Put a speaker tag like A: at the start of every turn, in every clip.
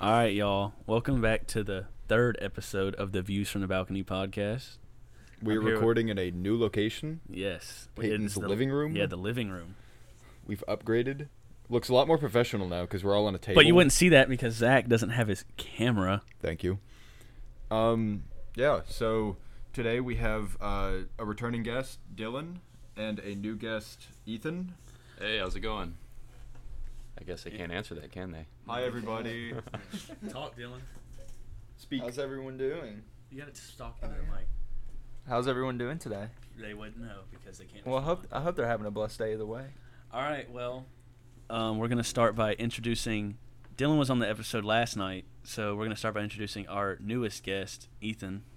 A: All right, y'all. Welcome back to the third episode of the Views from the Balcony podcast.
B: We're
A: I'm here with-
B: recording in a new location.
A: Yes.
B: Peyton's
A: It's the-
B: living room?
A: Yeah, the living room.
B: We've upgraded. Looks a lot more professional now because we're all on a table.
A: But you wouldn't see that because Zach doesn't have his camera.
B: Thank you. Um, yeah. So today we have uh, a returning guest, Dylan, and a new guest, Ethan.
C: Hey, how's it going? I guess they can't answer that, can they?
B: Hi, everybody.
A: Talk, Dylan.
B: Speak.
D: How's everyone doing?
A: You gotta just talk
D: into the mic. How's everyone doing today?
A: They wouldn't know because they can't.
D: Well, I hope I hope they're having a blessed day either way.
A: All right. Well, um, we're gonna start by introducing. Dylan was on the episode last night, so we're gonna start by introducing our newest guest, Ethan.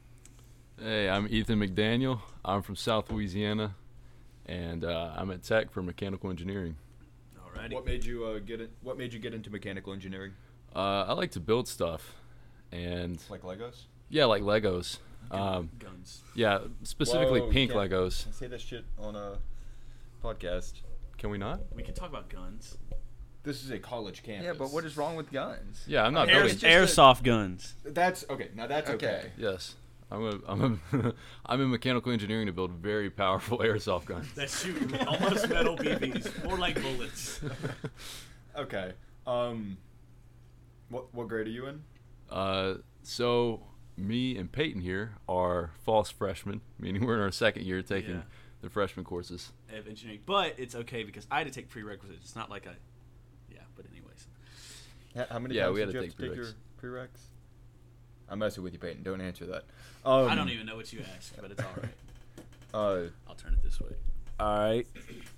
C: Hey, I'm Ethan McDaniel. I'm from South Louisiana, and uh, I'm at Tech for mechanical engineering.
A: Alrighty.
B: What made you uh, get? In, what made you get into mechanical engineering?
C: Uh, I like to build stuff, and
B: Like Legos.
C: yeah, like Legos. Um,
A: Guns.
C: yeah, specifically
B: Whoa,
C: pink
B: can't-
C: Legos.
B: I say that shit on a podcast.
C: Can we not?
A: We can talk about guns.
B: This is a college campus.
D: Yeah, but what is wrong with guns?
C: Yeah, I'm not
D: Air-
C: building.
D: it's just
A: airsoft guns.
B: That's okay. Now that's okay.
D: Okay.
C: Yes, I'm a, I'm a, I'm in mechanical engineering to build very powerful airsoft guns.
A: that shoot almost metal BBs, more like bullets.
B: Okay. Um. What what grade are you in?
C: Uh, so me and Peyton here are false freshmen, meaning we're in our second year taking
A: Yeah.
C: the freshman courses.
A: Of engineering, but it's okay because I had to take prerequisites. It's not like I, yeah. But anyways,
B: H- How many
C: Yeah,
B: times
C: we
B: did
C: had
B: you
C: to
B: have to
C: take
B: take
C: prereqs.
B: your prereqs? I'm messing with you, Peyton. Don't answer that. Um,
A: I don't even know what you asked, but it's all right.
B: Uh,
A: I'll turn it this way. All right.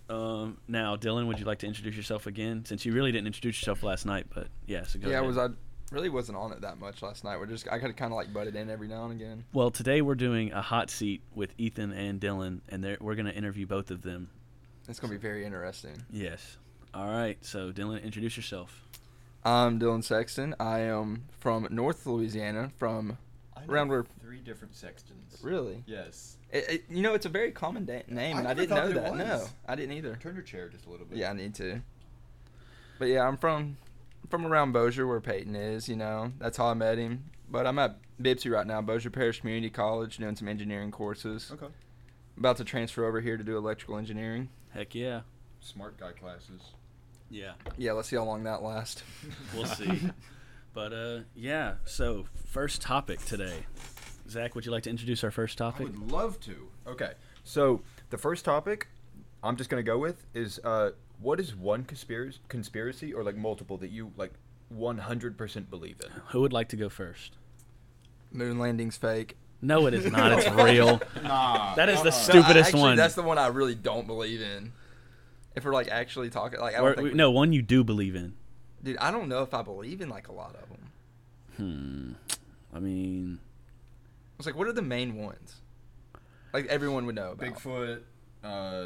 A: Um, now, Dylan, would you like to introduce yourself again? Since you really didn't introduce yourself last night, but yeah, so go
D: Yeah, I
A: ahead.
D: was I really wasn't on it that much last night. We're just I got kind of like butted in every now and again.
A: Well, today we're doing a hot seat with Ethan and Dylan, and they're- we're going to interview both of them.
D: It's gonna be very interesting.
A: Yes. All right. So, Dylan, introduce yourself.
D: I'm Dylan Sexton. I am from North Louisiana. From
B: I
D: know Round where-
B: three different sextons.
D: really,
B: Yes.
D: it, it- you know, it's a very common da- name,
B: I
D: and I,
B: never
D: didn't
B: thought
D: know
B: there
D: that. No,
B: was.
D: I didn't either.
B: Turn your chair just a little bit.
D: Yeah, I need to. But yeah, I'm from from around Bossier where Peyton is, you know. That's how I met him. But I'm at Bipsy right now, Bossier Parish Community College, doing some engineering courses.
B: Okay.
D: About to transfer over here to do electrical engineering.
A: Heck yeah.
B: Smart guy classes.
A: Yeah.
D: Yeah, let's see how long that lasts.
A: We'll see. But uh, yeah. So, first topic today. Zach, would you like to introduce our first
B: I
A: topic?
B: would love to. Okay. So the first topic I'm just gonna go with is uh, what is one conspiracy, conspiracy or like multiple that you like 100% believe in?
A: Who would like to go first?
D: Moon landing's fake.
A: No, it is not. It's real.
B: Nah. Uh-uh.
A: That is the
D: So,
A: stupidest
D: I, actually,
A: one.
D: That's the one I really don't believe in. If we're like actually talking, like I don't
A: Or-
D: think we-
A: no, one you do believe in.
D: dude, I don't know if I believe in like a lot of them.
A: Hmm. I mean,
D: It's like, what are the main ones? Like everyone would know about.
B: Bigfoot. Uh,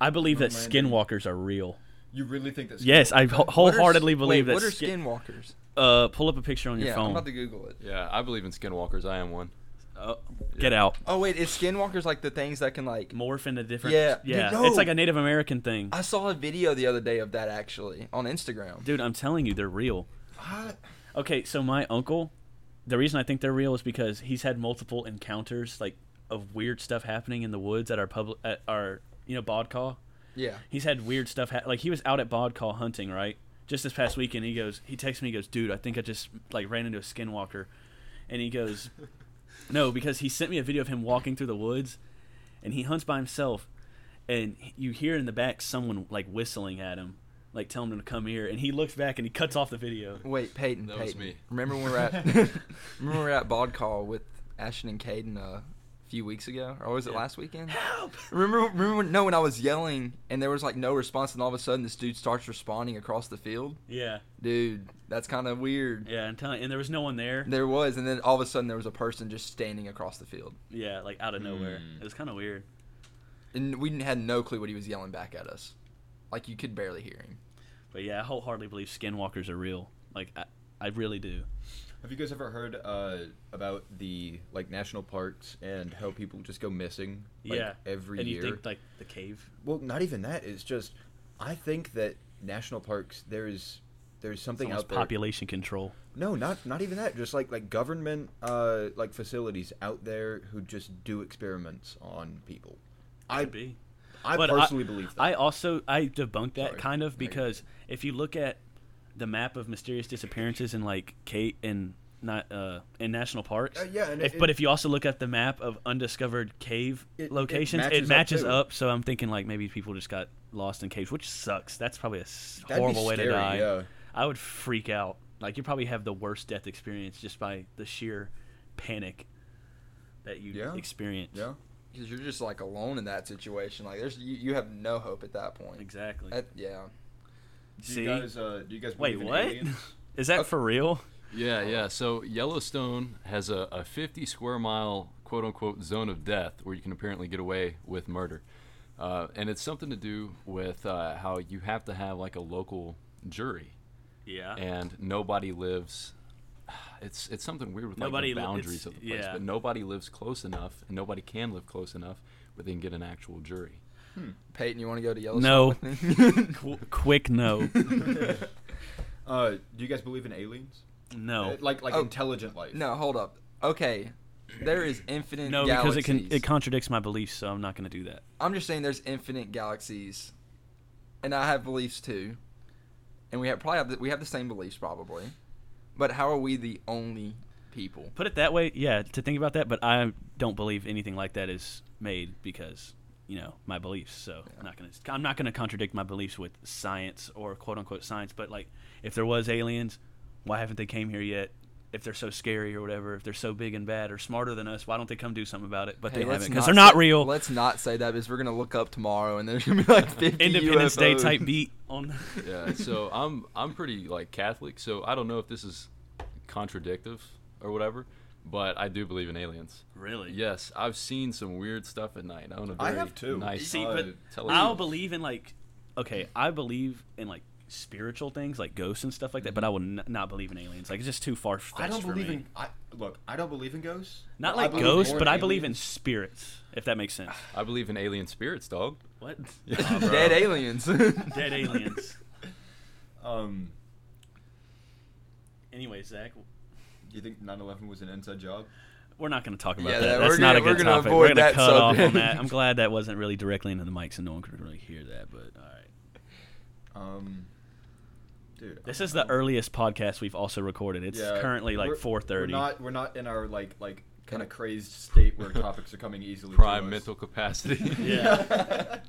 A: I believe
B: Moon
A: that
B: landing.
A: skinwalkers are real.
B: you really think that's
A: Yes, I wh-
D: What are s-
A: wholeheartedly believe that.
D: wait, What are
A: skin-
D: skinwalkers?
A: uh, pull up a picture on your
D: yeah,
A: phone.
D: I'm about to Google it.
C: Yeah, I believe in skinwalkers. I am one.
A: Uh, get out.
D: Oh wait, is skinwalkers like the things that can like?
A: Morph into different.
D: Yeah, dude, no.
A: It's like a Native American thing,
D: I saw a video the other day of that actually on Instagram.
A: dude. I'm telling you, they're real. Okay, so my uncle, the reason I think they're real is because he's had multiple encounters like of weird stuff happening in the woods at our public at our you know Bodcaw.
D: Yeah,
A: he's had weird stuff. Ha- like he was out at Bod Call hunting, right? Just this past weekend, he goes. He texts me. He goes, "Dude, I think I just like ran into a skinwalker," and he goes, "No," because he sent me a video of him walking through the woods, and he hunts by himself, and he- you hear in the back someone like whistling at him, like telling him to come here, and he looks back and he cuts off the video.
D: wait, Peyton.
C: That was
D: Peyton.
C: me.
D: Remember when we were at remember when we were at Bod Call with Ashton and Caden a few weeks ago, or was it
A: Yeah.
D: last weekend? Remember, remember when, no, when I was yelling and there was like no response, and all of a sudden this dude starts responding across the field.
A: Yeah,
D: Dude, that's kind of weird.
A: yeah, and telling, and there was no one there.
D: There was, and then all of a sudden there was a person just standing across the field.
A: Yeah, like out of nowhere.
B: Hmm.
A: It was kind of weird.
D: And we had no clue what he was yelling back at us. Like you could barely hear him.
A: But yeah, I wholeheartedly believe skinwalkers are real. Like I, I really do.
B: Have you guys ever heard uh, about the like national parks and how people just go missing? Like,
A: yeah,
B: every
A: and
B: year.
A: you think like the cave
B: well, not even that. It's just I think that national parks there is there's something
A: Almost
B: out there.
A: population control.
B: No, not not even that. Just like like government uh like facilities out there who just do experiments on people. I
A: Could be.
B: I
A: But
B: personally believe that.
A: I also I debunk that
B: Sorry.
A: kind of
B: There you go.
A: because if you look at the map of mysterious disappearances in like Kate and not uh in national parks.
B: Uh, yeah, and
A: if,
B: it-
A: but if you also look at the map of undiscovered cave
B: It- it
A: locations, it
B: matches
A: matches,
B: up,
A: up,
B: too.
A: So I'm thinking like maybe people just got lost in caves, which sucks. That's probably a s-
B: That'd be
A: horrible way to
B: scary,
A: die.
B: yeah.
A: I would freak out. Like you probably have the worst death experience just by the sheer panic that you
B: Yeah.
A: experience.
B: yeah.
D: because you're just like alone in that situation. Like there's you, you have no hope at that point.
A: Exactly.
B: Uh,
D: That, yeah.
B: Do
A: See?
B: you guys uh do you guys
A: Wait,
B: believe in
A: what?
B: aliens?
A: Is that for real?
C: Yeah, yeah. Uh, So Yellowstone has a, a 50 square mile quote unquote zone of death where you can apparently get away with murder. Uh, and it's something to do with uh, how you have to have like a local jury
A: Yeah.
C: and nobody lives. It's it's something weird with
A: Nobody
C: like the
A: li- it's-
C: boundaries of the place,
A: yeah.
C: but nobody lives close enough, and nobody can live close enough where they can get an actual jury.
D: Peyton, you want to go to Yellowstone?
A: No.
D: with me?
A: Qu- quick no.
B: Uh do you guys believe in aliens? Uh,
A: No.
B: Like like
D: Oh.
B: intelligent life.
D: no, hold up. Okay, there is infinite.
A: No,
D: galaxies.
A: because it can it contradicts my beliefs, so I'm not going to do that.
D: I'm just saying there's infinite galaxies, and I have beliefs too, and we have probably have the, we have the same beliefs probably, but how are we the only people?
A: Put it that way, yeah, to think about that, but I don't believe anything like that is made because, you know, my beliefs. So, I'm not going to I'm not going to contradict my beliefs with science or quote unquote science, but like if there was aliens, why haven't they came here yet? If they're so scary or whatever, if they're so big and bad or smarter than us, why don't they come do something about it? But
D: Hey,
A: they
D: let's
A: haven't because they're
D: say-
A: not real.
D: Let's not say that because we're gonna look up tomorrow and there's gonna be like 50
A: Independence Day
D: UFOs.
A: type beat on
C: yeah so i'm i'm pretty like catholic so i don't know if this is contradictive or whatever but i do believe in aliens
A: Really?
C: yes i've seen some weird stuff at night i own a
B: I
C: very
B: have too.
C: nice
A: See,
B: Uh,
A: but
C: tell us.
A: I'll believe in like, okay, I believe in like spiritual things, like ghosts and stuff like that. But I will n- not believe in aliens. Like it's just too far fetched.
B: I don't believe
A: me.
B: in I look, I don't believe in ghosts.
A: not
B: I
A: like
B: believe
A: ghosts,
B: more
A: but I believe in
B: aliens.
A: spirits. If that makes sense.
C: i believe in alien spirits dog
A: What?
D: Dead aliens.
A: Dead aliens.
B: um
A: Anyways, Zach,
B: do you think 9/11 was an inside job?
A: we're not going to talk about
D: Yeah,
A: that.
D: that-
A: That's
D: we're
A: not
D: gonna-
A: a good
D: we're gonna
A: topic.
D: avoid
A: we're going to
D: that
A: cut off on
D: subject.
A: that. I'm glad that wasn't really directly into the mic, so no one could really hear that. But all right.
B: Um Dude,
A: This
B: I-
A: is
B: I
A: the
B: don't-
A: earliest podcast we've also recorded. It's
B: Yeah,
A: currently like
B: we're-
A: 4:30.
B: We're not we're not in our like like kind of crazed state where topics are coming easily. to
C: prime
B: us.
C: mental capacity
A: Yeah.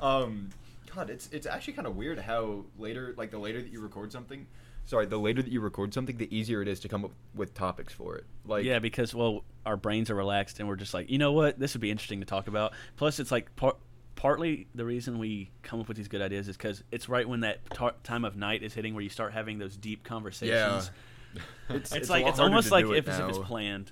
B: um, God, it's it's actually kind of weird how later like the later that you record something, sorry, the later that you record something, the easier it is to come up with topics for it. Like
A: yeah, because well, our brains are relaxed and we're just like, you know what, this would be interesting to talk about. Plus, it's like par- partly the reason we come up with these good ideas is because it's right when that tar- time of night is hitting where you start having those deep conversations. It's,
B: a
A: like
B: lot
A: it's
B: harder
A: almost
B: to
A: like
B: do it
A: if, it's- if it's
B: now.
A: planned.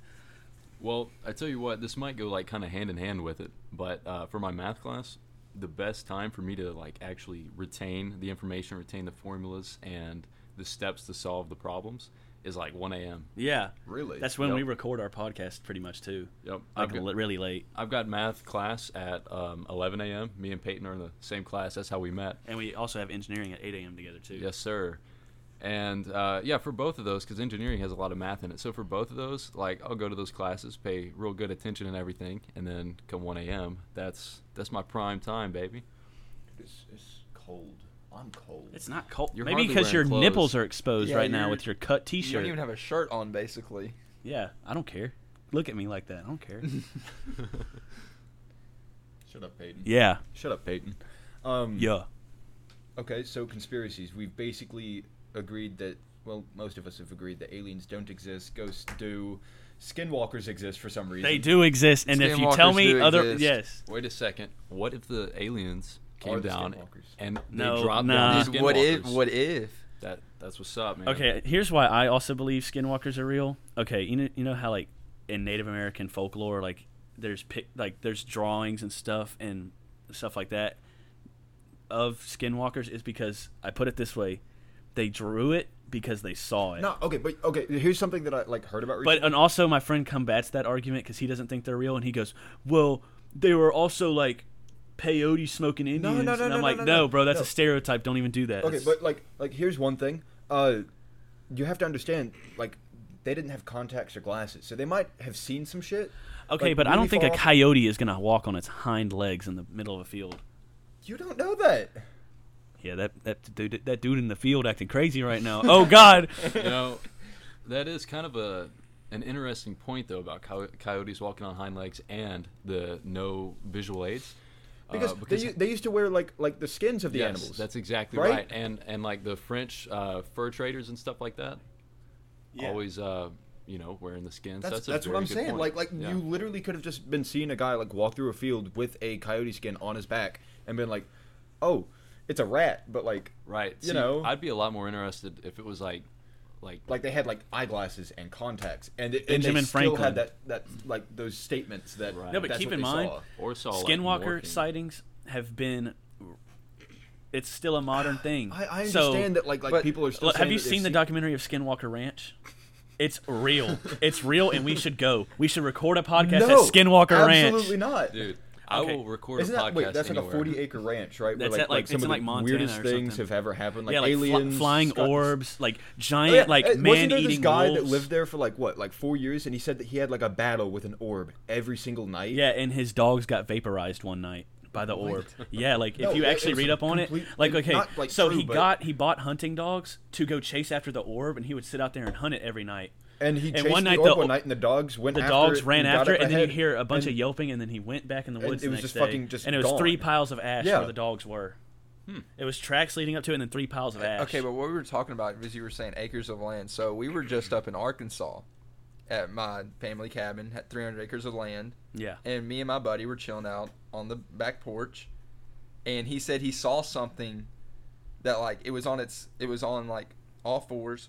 C: well i tell you what this might go like kind of hand in hand with it but uh, for my math class the best time for me to like actually retain the information retain the formulas and the steps to solve the problems is like 1 a.m
A: Yeah,
B: really.
A: that's when
C: Yep.
A: we record our podcast pretty much too.
C: Yep.
A: Like
C: I've got,
A: li- really late,
C: I've got math class at um, 11 a.m. Me and Peyton are in the same class. That's how we met.
A: and we also have engineering at 8 a.m. together too.
C: Yes, sir. And uh, yeah, for both of those, because engineering has a lot of math in it. So for both of those, like I'll go to those classes, pay real good attention and everything, and then come 1 a.m. That's that's my prime time, baby.
B: It's, it's cold. I'm cold.
A: It's not cold.
C: You're
A: Maybe
C: hardly
A: because your
C: wearing clothes.
A: nipples are exposed
D: Yeah,
A: right now
D: you're-
A: with your cut
D: You don't
A: T-shirt.
D: even have a shirt on, basically.
A: yeah, I don't care. Look at me like that. I don't care.
B: Shut up, Peyton.
A: yeah,
B: Shut up, Peyton. Um,
A: yeah.
B: Okay, so conspiracies. We've basically agreed that, well, most of us have agreed that aliens don't exist, ghosts do, skinwalkers exist for some reason.
A: They do exist, and if you tell
D: Skinwalkers
A: me
D: do
A: other,
D: exist.
A: yes,
C: Wait a second. What if the aliens
B: Are
C: came
B: the
C: down
B: skinwalkers?
C: and they
A: No,
C: dropped
A: nah.
C: down the
D: Dude, what if?
C: skinwalkers?
D: What if?
C: That that's what's up, man.
A: okay. Here's why I also believe skinwalkers are real. Okay, you know, you know how like in Native American folklore, like there's pic, like there's drawings and stuff and stuff like that of skinwalkers is because I put it this way, they drew it because they saw it.
B: No, okay, but okay. Here's something that I like heard about recently.
A: But and also my friend combats that argument because he doesn't think they're real, and he goes, "Well, they were also like peyote smoking Indians.
B: no,
A: and
B: no,
A: I'm
B: no,
A: like,
B: no, no,
A: bro, that's
B: no.
A: a stereotype. Don't even do that.
B: Okay,
A: It's-
B: but like like here's one thing. Uh you have to understand like they didn't have contacts or glasses. So they might have seen some shit.
A: okay,
B: like,
A: but I
B: really
A: don't think a
B: far off-
A: coyote is gonna walk on its hind legs in the middle of a field.
B: You don't know that.
A: Yeah, that that dude, that dude in the field acting crazy right now. Oh God.
C: you know, that is kind of a an interesting point though about coy- coyotes walking on hind legs and the no visual aids. Uh,
B: Because, they, u- they used to wear like like the skins of the
C: yes,
B: animals.
C: That's exactly
B: right?
C: right? And and like the French uh, fur traders and stuff like that, always uh, you know wearing the skins.
B: that's,
C: That's,
B: that's,
C: a
B: what
C: very
B: I'm
C: good
B: saying.
C: point.
B: Like like
C: Yeah.
B: you literally could have just been seeing a guy like walk through a field with a coyote skin on his back and been like, "Oh, it's a rat," but like
C: right.
B: you
C: See,
B: know.
C: I'd be a lot more interested if it was like like
B: like they had like eyeglasses and contacts and, it, and they
A: Benjamin
B: still
A: Franklin.
B: had that that like those statements that
C: Right.
A: No, but
B: that's
A: keep
B: what
A: in
B: they
A: mind,
B: saw.
C: or saw like,
A: Skinwalker
C: morphing.
A: sightings have been. It's still a modern thing.
B: I, I
A: So,
B: understand that like like
D: but-
B: people are still
A: Look, have
B: saying
A: you
B: that they've
A: seen the documentary of Skinwalker Ranch? It's real. it's real, and we should go. We should record a podcast
B: no,
A: at Skinwalker
B: Absolutely
A: Ranch.
B: not.
C: Dude, I
A: Okay.
C: will record
B: Isn't
C: a podcast
B: that wait? That's like a
C: anywhere.
B: forty-acre ranch, right?
A: That's at, like, it's
B: some
A: in,
B: of
A: like,
B: the
A: Montana
B: weirdest
A: or
B: things
A: something.
B: have ever happened, like,
A: yeah, like fl-
B: aliens,
A: flying
B: Scott-
A: orbs, like
B: Oh,
A: giant,
B: yeah, uh,
A: like
B: wasn't
A: man
B: there this
A: eating
B: guy that
A: wolves.
B: lived there for like what, like four years, and he said that he had like a battle with an orb every single night.
A: Yeah, and his dogs got vaporized one night by the orb. Yeah, like if
B: No,
A: you
B: it-
A: actually
B: it's
A: read up on it,
B: complete-
A: like
B: it's
A: okay,
B: not, like,
A: so
B: true,
A: he
B: but-
A: got he bought hunting dogs to go chase after the orb, and he would sit out there and hunt it every night.
B: and he
A: and
B: chased
A: one
B: the
A: night
B: orb
A: the-
B: one night, and the dogs went.
A: The
B: after
A: dogs
B: it
A: ran
B: and got
A: after
B: up
A: it, and then you
B: ahead,
A: hear a bunch
B: and
A: of yelping, and then he went back in the
B: and
A: woods.
B: it
A: the
B: was
A: next
B: just
A: day,
B: fucking just
A: and it was
B: gone.
A: three piles of ash
B: Yeah. Hmm.
A: where the dogs were. It was tracks leading up to it, and then three piles
B: Uh,
A: of ash.
D: Okay, but what we were talking about was you were saying acres of land. So we were just up in Arkansas at my family cabin, had 300 acres of land,
A: yeah,
D: and me and my buddy were chilling out on the back porch, and he said he saw something that like it was on its it was on like all fours,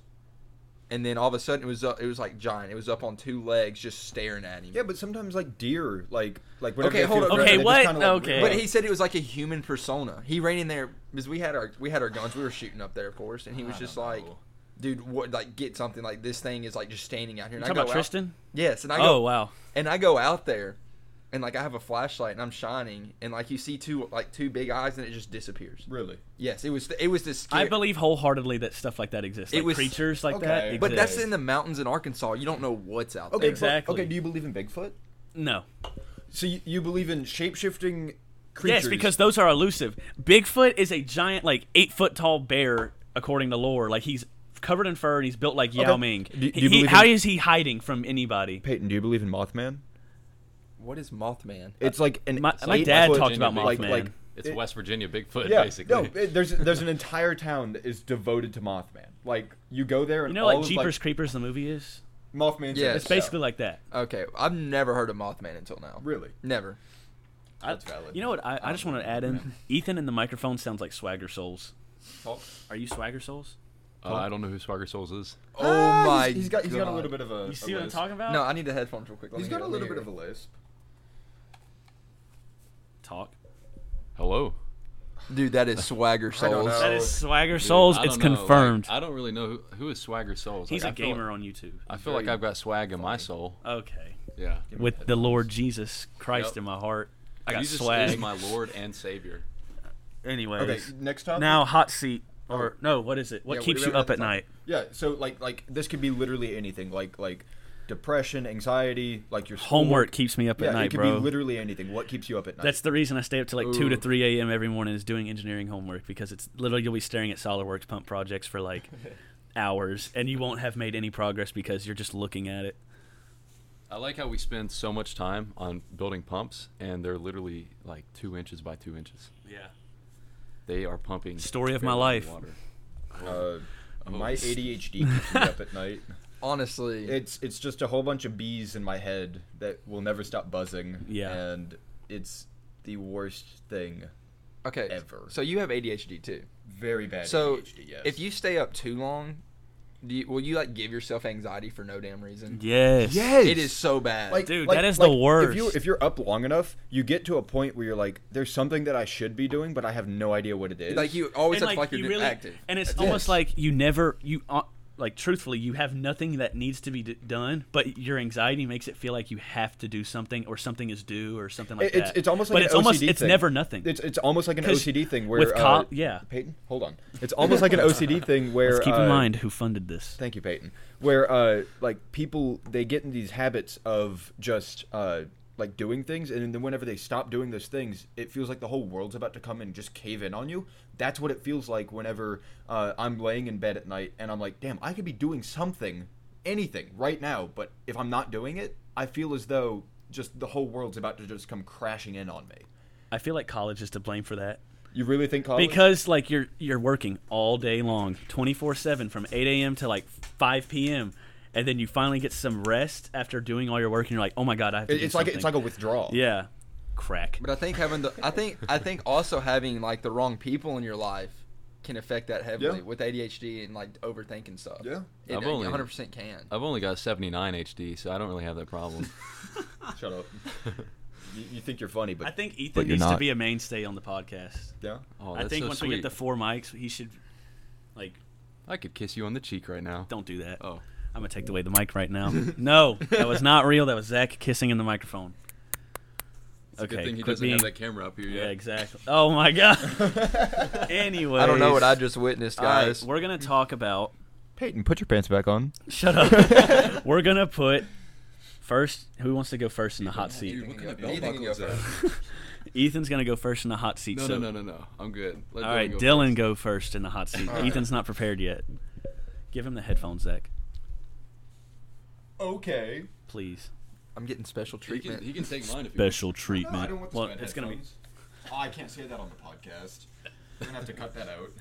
D: and then all of a sudden it was up, it was like giant. It was up on two legs, just staring at him.
B: Yeah, but sometimes like deer, like like whenever
D: Okay,
B: they
D: hold
B: feel
D: on.
B: threatened,
D: Okay,
B: they just
A: what?
B: kinda, like, run.
A: Okay.
D: But he said it was like a human persona. He ran in there because we had our we had our guns. We were shooting up there, of course, and he was
C: I
D: just
C: don't
D: like,
C: know.
D: "Dude, what? Like, get something! Like this thing is like just standing out here."
A: you
D: And
A: talking
D: I
A: about
D: go out,
A: Tristan?
D: yes, and I
A: Oh
D: go
A: wow,
D: and I go out there, and like I have a flashlight and I'm shining, and like you see two like two big eyes, and it just disappears.
B: really.
D: Yes, it was it was this.
A: I
D: Scary,
A: believe wholeheartedly that stuff like that exists.
D: It
A: Like
D: was-
A: creatures like that.
B: okay.
A: Exist.
D: but that's in the mounins in Arkansas. You don't know what's out
B: Okay,
D: there.
A: Exactly.
B: exactly. okay, do you believe in Bigfoot?
A: no.
B: So you, you believe in shape shifting creatures?
A: Yes, because those are elusive. Bigfoot is a giant, like eight foot tall bear, according to lore. Like he's covered in fur and he's built like Yao
B: Okay.
A: Ming.
B: Do- do you
A: He- he-
B: believe in-
A: how is he hiding from anybody?
B: Peyton, do you believe in Mothman?
D: What is Mothman?
B: It's like an
A: My- my
B: eight
A: dad
B: foot-
A: talked about
B: like-
A: Mothman.
B: Like,
C: It's
B: it-
C: West Virginia Bigfoot,
B: yeah,
C: basically.
B: no, it- there's there's an entire town that is devoted to Mothman. Like you go there and
A: You know,
B: all
A: like
B: of,
A: Jeepers Creepers, the movie is.
B: like, Mothman's in
D: Yeah,
B: it.
A: It's basically like that.
D: Okay, I've never heard of Mothman until now.
B: really.
D: Never.
A: I-
B: That's valid.
A: You know what? I, I just want to add in. Ethan in the microphone sounds like Swagger Souls. Are you Swagger Souls?
C: Uh, I don't know who Swagger Souls is.
D: Oh
B: Ah,
D: my
B: he's- he's got he's got a
D: God.
B: little bit of a.
A: You see
B: a
A: what I'm
B: lisp.
A: talking about?
D: No, I need the headphones real quick. Let
B: He's
D: me
B: got
D: hear
B: a
D: it, let me
B: little bit
D: hear
B: of a lisp.
A: Talk.
C: Hello.
D: it. Dude, that is swagger
B: I don't
D: souls.
B: know.
A: That is Swagger
C: Oh. Dude,
A: Souls.
C: I
A: It's
C: don't know, like,
A: confirmed.
C: I don't really know who, who is Swagger Souls.
A: He's a
C: Like, I feel like-
A: gamer on YouTube.
C: I feel like
B: Very
C: I've got swag in my soul.
A: Okay.
C: Yeah.
A: With the Lord Jesus Christ
C: Yep.
A: in my heart, I got
C: Jesus
A: swag.
C: is my Lord and Savior.
A: Anyways.
B: Okay, next topic.
A: Now, hot seat or
B: Oh.
A: no? What is it? What
B: Yeah, what
A: keeps
B: do
A: you
B: we have
A: up at
B: to
A: night?
B: Yeah, so like like this could be literally anything, like like depression, anxiety, like your schoolwork.
A: Homework keeps me up
B: Yeah,
A: at
B: it
A: night,
B: could
A: bro.
B: be literally anything. What keeps you up at night?
A: That's the reason I stay up to like two to
C: Ooh.
A: three a.m. every morning is doing engineering homework because it's literally you'll be staring at SolidWorks pump projects for like hours and you won't have made any progress because you're just looking at it.
C: I like how we spend so much time on building pumps, and they're literally like two inches by two inches.
A: Yeah.
C: They are pumping.
A: Story of my
C: barely
A: life.
C: Water.
B: uh,
D: Oh.
B: my
C: it's-
B: ADHD keeps me up at night.
D: Honestly,
B: It's it's just a whole bunch of bees in my head that will never stop buzzing.
A: Yeah.
B: and it's the worst thing.
D: okay.
B: ever.
D: So you have ADHD too.
B: Very bad.
D: So
B: ADHD, yes.
D: if you stay up too long, do you, will you like give yourself anxiety for no damn reason?
A: Yes.
B: Yes.
D: It is so bad.
B: like,
A: Dude,
B: like-
A: that is
B: like,
A: the worst.
B: If you if you're up long enough, you get to a point where you're like, there's something that I should be doing, but I have no idea what it is.
D: like you always
A: And
D: have to
A: like,
D: like you're
A: you
D: doing
A: really
D: active.
A: and it's
B: Yes.
A: almost like you never you uh, like truthfully you have nothing that needs to be d- done but your anxiety makes it feel like you have to do something or something is due or something like
B: it's
A: that
B: it's almost like
A: but
B: an
A: it's
B: OCD
A: almost it's
B: thing.
A: never nothing
B: It's it's almost like an
A: 'Cause
B: OCD thing where
A: with
B: uh,
A: co- yeah.
B: Peyton, hold on. It's almost like an OCD thing where
A: let's keep
B: uh,
A: in mind who funded this
B: Thank you, Peyton. Where uh, like people they get in these habits of just uh, like doing things, and then whenever they stop doing those things, it feels like the whole world's about to come and just cave in on you. That's what it feels like whenever uh, I'm laying in bed at night and I'm like, damn, I could be doing something, anything right now, but if I'm not doing it, I feel as though just the whole world's about to just come crashing in on me.
A: i feel like college is to blame for that
B: You really think college?
A: because like you're you're working all day long 24-7 from 8 a.m to like 5 p.m and then you finally get some rest after doing all your work and you're like oh my god i have to
B: It-
A: do
B: it's like it's like
A: something."
B: a uh, withdrawal.
A: yeah crack
D: But I think having the I think I think also having like the wrong people in your life can affect that heavily
B: Yeah.
D: with ADHD and like overthinking stuff.
B: Yeah.
D: It
C: I've only-
D: 100% can.
C: I've only got 79 HD, so I don't really have that problem.
B: Shut up. you, you think you're funny, but
A: i think ethan
B: but you're
A: needs to
B: not.
A: be a mainstay on the podcast
B: yeah.
C: Oh,
A: I
C: that's
A: think
C: so
A: once
C: sweet.
A: we get the four mics, he should like
C: I could kiss you on the cheek right now.
A: don't do that.
C: Oh,
A: I'm gonna take away the mic right now. no, that was not real. That was Zach kissing in the microphone. okay, quit being-
C: camera up here
A: yeah, exactly. Oh my god. anyway,
D: I don't know what I just witnessed, guys.
A: we're gonna talk about.
B: Peyton, put your pants back on.
A: Shut up. we're gonna put first. Who wants to go first in the hot seat?
C: Dude, what kind of
D: You
C: belt
D: think you
C: buckle
D: go
C: is that?
A: Ethan's gonna go first in the hot seat.
C: No,
A: so.
C: no, no, no, no. I'm good. Let
A: All right,
C: go
A: Dylan, go first in the hot seat. Ethan's not prepared yet. Give him the headphones, Zach,
B: Okay.
A: please.
D: I'm getting special
C: first. He can,
D: treatment.
C: he can take mine if he wants.
A: Special treatment. well, it's gonna be
B: Oh, I can't say that on the podcast. We're gonna have to cut that out.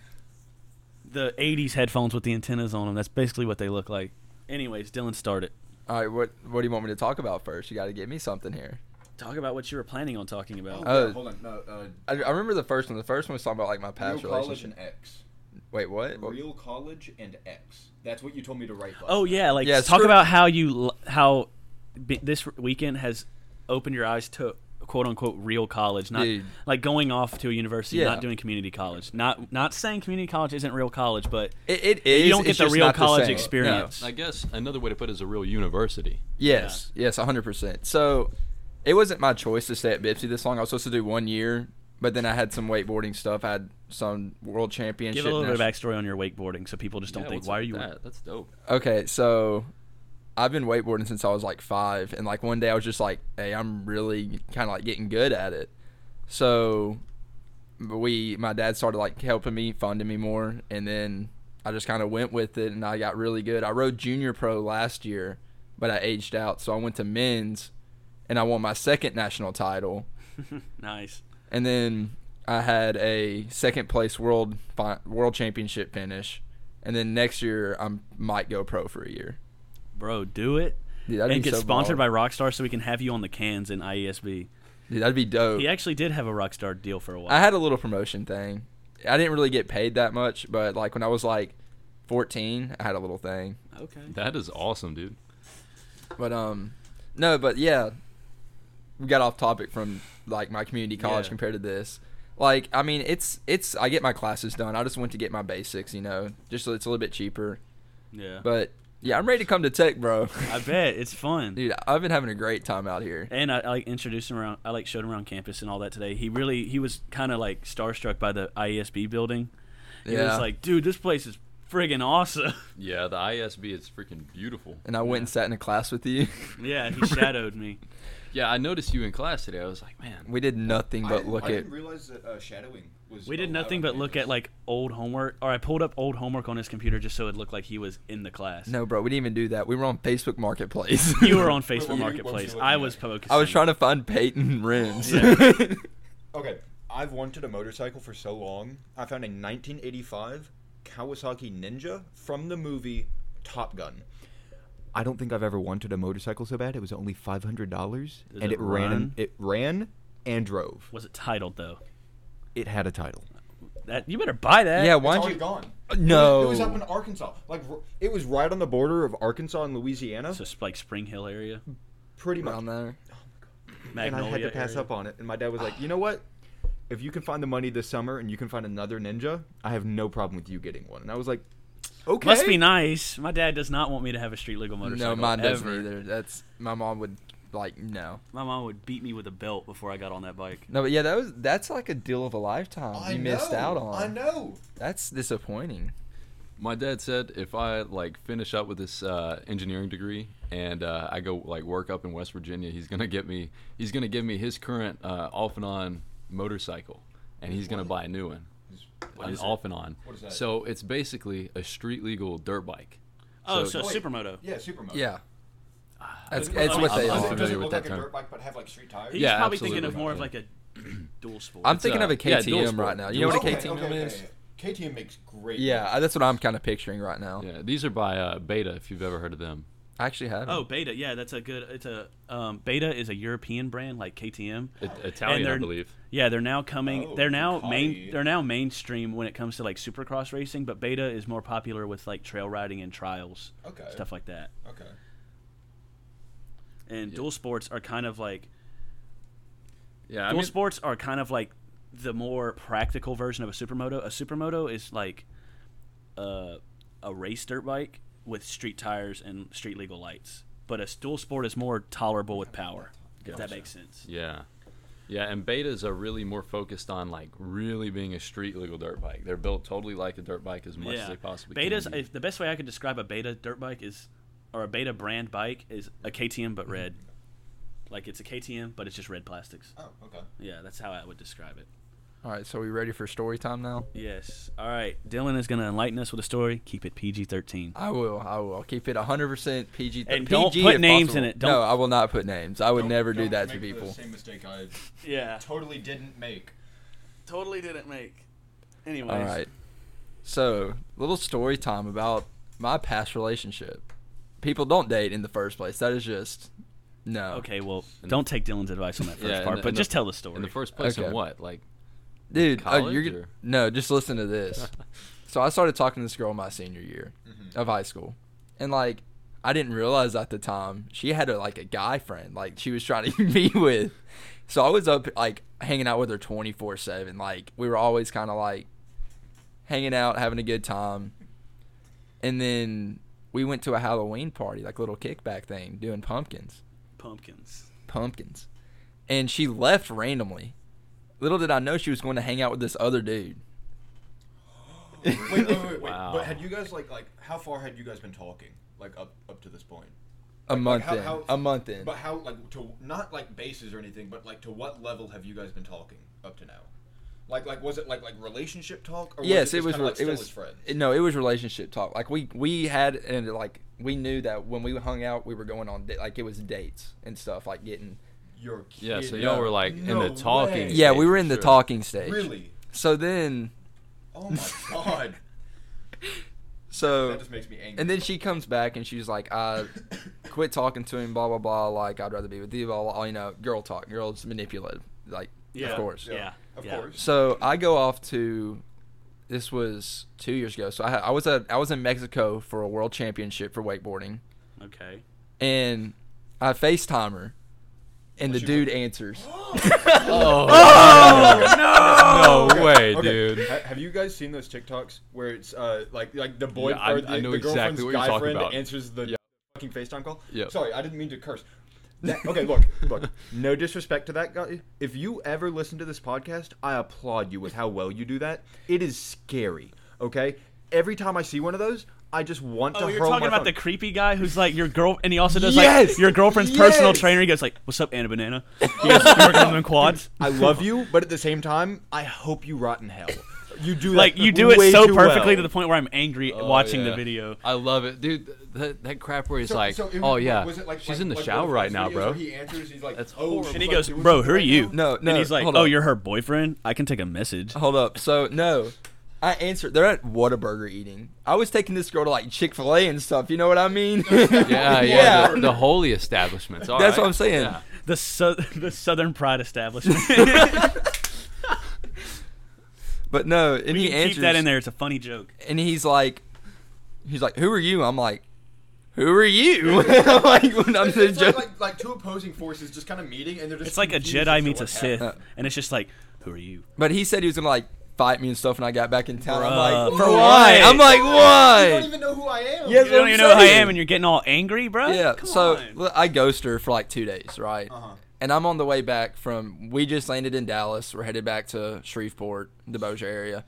A: the 80s headphones with the antennas on them. That's basically what they look like. Anyways, Dylan, start it.
D: All right, what what do you want me to talk about first? You got to get me something here.
A: Talk about what you were planning on talking about.
D: Oh, yeah,
B: hold on. No, uh,
D: I, I remember the first one. The first one was talking about like my past relationship.
B: X.
D: Wait, what?
B: Real college and X. That's what you told me to write.
A: oh yeah, like
D: Yeah,
A: talk
D: screw-
A: about how you l- how b- this weekend has opened your eyes to quote unquote real college, not
D: Dude.
A: like going off to a university,
D: Yeah.
A: not doing community college. Not not saying community college isn't real college, but
D: It, it is.
A: you don't get
D: it's
A: the
D: just
A: real
D: not
A: college
D: same.
A: experience.
C: I guess another way to put it is a real university.
D: Yes, yes, hundred percent. So, it wasn't my choice to stay at Bipsy this long. I was supposed to do one year, but then I had some wakeboarding stuff. I had some world championship.
A: Give a little bit of
D: national-
A: backstory on your wakeboarding, so people just don't
C: Yeah,
A: think
C: what's
A: why
C: up
A: are
C: with
A: you.
C: That? That's dope.
D: Okay, so I've been wakeboarding since I was like five, and like one day I was just like, "Hey, I'm really kind of like getting good at it." So we, my dad started like helping me, funding me more, and then I just kind of went with it, and I got really good. I rode junior pro last year, but I aged out, so I went to men's, and I won my second national title,
A: Nice.
D: and then I had a second place world fi- world championship finish, and then next year I might go pro for a year.
A: Bro, do it.
D: Dude, that'd
A: and
D: be
A: get
D: so
A: sponsored
D: baller.
A: by Rockstar so we can have you on the cans in IESB.
D: Dude, that'd be dope.
A: He actually did have a Rockstar deal for a while.
D: Oh. I had a little promotion thing. I didn't really get paid that much, but like when I was like 14, I had a little thing.
A: okay.
C: That is awesome, dude.
D: But um, no, but yeah, we got off topic from like my community college
A: Yeah.
D: compared to this. Like, I mean, it's it's I get my classes done. I just went to get my basics, you know, just so it's a little bit cheaper.
A: Yeah.
D: But yeah, I'm ready to come to tech, bro.
A: I bet it's fun.
D: Dude, I've been having a great time out here.
A: And I, I like introduced him around. I like showed him around campus and all that today. He really he was kind of like starstruck by the IESB building. He
D: yeah.
A: was like, dude, this place is friggin' awesome.
C: Yeah, the ISB is freaking beautiful.
D: and I went and sat in a class with you.
A: yeah, he shadowed me.
C: Yeah, I noticed you in class today. I was like, man,
D: we did nothing but look at
B: realize that uh, shadowing was.
A: We did nothing but look at like old homework, or I pulled up old homework on his computer just so it looked like he was in the class.
D: No, bro, we didn't even do that. We were on Facebook Marketplace.
A: You were on
B: Wait, what were you-
A: Facebook
B: what
A: Marketplace.
B: was you
A: I
B: looking
A: was
B: at?
A: focusing.
D: I was trying to find Peyton rims.
B: Okay, I've wanted a motorcycle for so long. I found a 1985 Kawasaki Ninja from the movie Top Gun. I don't think I've ever wanted a motorcycle so bad. It was only five hundred dollars,
A: Does
B: and
A: it
B: it, ran.
A: run?
B: It ran and drove.
A: Was it titled though?
B: It had a title. Uh,
A: That you better buy that.
D: yeah, why'd
B: already
D: you?
B: gone?
D: No.
B: it was, it was up in Arkansas. Like r- it was right on the border of Arkansas and Louisiana.
A: So it's like Spring Hill area,
B: pretty much.
D: Around there.
A: Magnolia
B: and I had to pass
A: area.
B: up on it. And my dad was like, "You know what? If you can find the money this summer and you can find another ninja, I have no problem with you getting one." And I was like, Okay.
A: Must be nice. My dad does not want me to have a street legal motorcycle.
D: No, mine doesn't
A: ever.
D: either. That's my mom would like no.
A: My mom would beat me with a belt before I got on that bike.
D: No, but yeah, that was that's like a deal of a lifetime
B: I
D: you missed
B: know,
D: out on.
B: I know.
D: That's disappointing.
C: My dad said if I like finish up with this uh, engineering degree and uh, I go like work up in West Virginia, he's gonna get me. He's gonna give me his current uh, off and on motorcycle, and he's gonna buy a new one. an
A: is it?
C: off and on.
B: What is that?
C: So it's basically a street legal dirt bike.
A: Oh, so,
C: So-
B: Wait.
A: supermoto.
B: Yeah, supermoto.
D: Yeah. That's
A: Well,
D: it's what
A: I'm-
D: they
A: I'm
D: are.
B: Does it, does
C: familiar
B: it
C: with
B: look
C: that
B: like a
C: term.
B: dirt bike but have like street tires?
A: He's
C: Yeah,
A: probably thinking
C: absolutely.
A: of more of like a dual sport.
D: I'm thinking of a
C: uh, yeah, dual
D: KTM right
C: sport.
D: now. You know what
B: Okay,
D: a KTM
B: okay, okay,
D: is?
B: okay. KTM makes great.
D: Yeah, I- that's what I'm kind of picturing right now.
C: Yeah, these are by uh, Beta. If you've ever heard of them,
D: I actually have.
A: oh, Beta. Yeah, that's a good. It's a um, Beta is a European brand like KTM.
C: it, Italian, I
A: they're-
C: believe.
A: Yeah, they're now coming.
B: Oh,
A: they're now main.
B: Ducati.
A: They're now mainstream when it comes to like supercross racing. But Beta is more popular with like trail riding and trials,
B: Okay.
A: stuff like that.
B: Okay.
A: And dual sports are kind of like
C: Yeah, I
A: dual
C: mean,
A: sports are kind of like the more practical version of a supermoto. A supermoto is like uh, a race dirt bike with street tires and street legal lights. But a dual sport is more tolerable with power. If that
C: Gotcha.
A: makes sense.
C: Yeah. Yeah, and betas are really more focused on like really being a street legal dirt bike. They're built totally like a dirt bike as much as they possibly
A: Betas,
C: can. be.
A: if the best way I could describe a beta dirt bike is, or a beta brand bike is a KTM but red. Like it's a KTM, but it's just red plastics.
B: Oh, okay.
A: Yeah, that's how I would describe it.
D: All right, so we ready for story time now?
A: Yes. All right. Dylan is going to enlighten us with a story. Keep it PG 13.
D: I will. I will keep it 100% PG.
A: And
D: PG
A: don't put
D: if
A: names
D: possible.
A: in it.
D: No,
A: Don't-
D: I will not put names. I would
B: Don't-
D: never do
B: don't
D: that to
B: make The
D: people.
B: same mistake I
A: Yeah.
B: totally didn't make.
A: Totally didn't make. Anyways.
D: All right. So, little story time about my past relationship. People don't date in the first place. That is just no.
A: Okay, well, don't take Dylan's advice on that first
C: Oh. Yeah, in
A: part,
C: the-
A: but
C: in the-
A: just tell the story.
C: in the first place, in
D: Okay.
C: what like
D: dude, uh,
C: college,
D: you're g-
C: or-
D: no. Just listen to this. so I started talking to this girl my senior year
B: Mm-hmm.
D: of high school, and like I didn't realize at the time she had a, like a guy friend like she was trying to be with. So I was up like hanging out with her twenty four seven. Like we were always kind of like hanging out, having a good time, and then we went to a Halloween party, like little kickback thing, doing pumpkins
A: Pumpkins.
D: pumpkins. And she left randomly. Little did I know she was going to hang out with this other dude.
B: Wait, wait, wait, wait.
C: Wow.
B: But had you guys like like how far had you guys been talking like up up to this point?
D: A month
B: how-
D: in.
B: how-
D: a month in.
B: But how like to not like bases or anything, but like to what level have you guys been talking up to now? Like like was it like like relationship talk? Or was
D: yes,
B: it,
D: it
B: just
D: was.
B: kinda,
D: re-
B: like,
D: it
B: still
D: was.
B: as friends.
D: it- no, it was relationship talk. Like we we had and like we knew that when we hung out, we were going on da- like it was dates and stuff, like getting.
B: You're
C: Yeah, so
B: kidding.
C: y'all were, like, in the
B: No
C: talking
B: way.
D: Yeah, we
C: stage
D: were
C: for
D: in the
C: sure.
D: talking stage.
B: Really?
D: So then,
B: Oh my god.
D: so
B: That just makes me angry.
D: And then she comes back and she's like, I quit talking to him, blah blah blah. Like I'd rather be with you, blah blah. blah. You know, girl talk, girls manipulative, like
A: Yeah.
D: of course.
A: Yeah. yeah.
B: Of course.
D: So I go off to, this was two years ago. So I, I was at I was in Mexico for a world championship for wakeboarding,
A: Okay.
D: and I FaceTime her, and the
B: she
D: dude answers.
C: no way,
B: Okay,
C: dude.
B: ha- Have you guys seen those TikToks where it's uh like like the boy
C: Yeah, I-
B: or the,
C: I know
B: the girlfriend's
C: exactly what you're
B: guy
C: talking
B: friend
C: about.
B: answers the fucking FaceTime call?
C: Yeah.
B: Sorry, I didn't mean to curse. That- okay, look, look. No disrespect to that guy. If you ever listen to this podcast, I applaud you with how well you do that. It is scary. Okay. Every time I see one of those, I just want to.
A: Oh, you're
B: hurl
A: talking
B: my
A: about the
B: phone.
A: creepy guy who's like your girl, and he also does like
D: Yes!
A: your girlfriend's personal
D: Yes!
A: trainer. He goes like, "What's up, Anna Banana?" He goes, "You working on them quads?"
B: I love you, but at the same time, I hope you rot in hell. You do
A: Like
B: that
A: you do it
B: way
A: so
B: too
A: perfectly
B: well.
A: to the point where I'm angry
C: Oh,
A: watching
C: yeah.
A: the video.
C: I love it, dude. th- That, that crap where he's
B: So-
C: like,
B: so it was-
C: oh yeah,
B: was it like-
C: she's
B: like-
C: in the
B: like
C: shower
B: those
C: right now,
B: videos
C: bro.
B: where He answers, he's like,
C: That's
B: oh,
C: horrible.
B: she's
A: And he
B: like
A: goes,
B: doing
A: "Bro,
B: this
A: who are
B: right
A: you?"
B: now?"
D: No, no,
A: And he's like,
D: hold
A: "Oh,
D: on. Oh.
A: you're her boyfriend. I can take a message."
D: Hold up. So no, I answered. They're at Whataburger eating. I was taking this girl to like Chick Fil A and stuff. You know what I mean?
C: Yeah, yeah,
D: Yeah.
C: The, the holy establishments. all
D: That's
C: right.
D: what I'm saying.
C: Yeah.
A: The so- the Southern Pride establishment.
D: But no, and
A: we
D: he
A: can
D: answers.
A: keep that in there. It's a funny joke.
D: and he's like, he's like, who are you? I'm like, who are you? like, when I'm
B: It's, it's
D: just-
B: like, like like two opposing forces just kind of meeting, and they're just.
A: It's like a
B: confused
A: Jedi
B: as to
A: meets a
B: what's
A: Sith,
B: happening.
D: happened.
A: and it's just like, "Who are you?"
D: but he said he was gonna like fight me and stuff, and I got back in town. I'm
A: Bruh.
D: like, for
A: Why?
D: why? I'm like,
B: You don't
D: why?
B: even know who I am.
D: Yes.
A: You don't
D: I'm
A: even know who I
D: saying.
A: am, and you're getting all angry, bro.
D: Yeah.
A: Oh, Come
D: So
A: on.
D: l- I ghost her for like two days, right?
B: Uh-huh.
D: And I'm on the way back from. We just landed in Dallas. We're headed back to Shreveport, the Bossier area,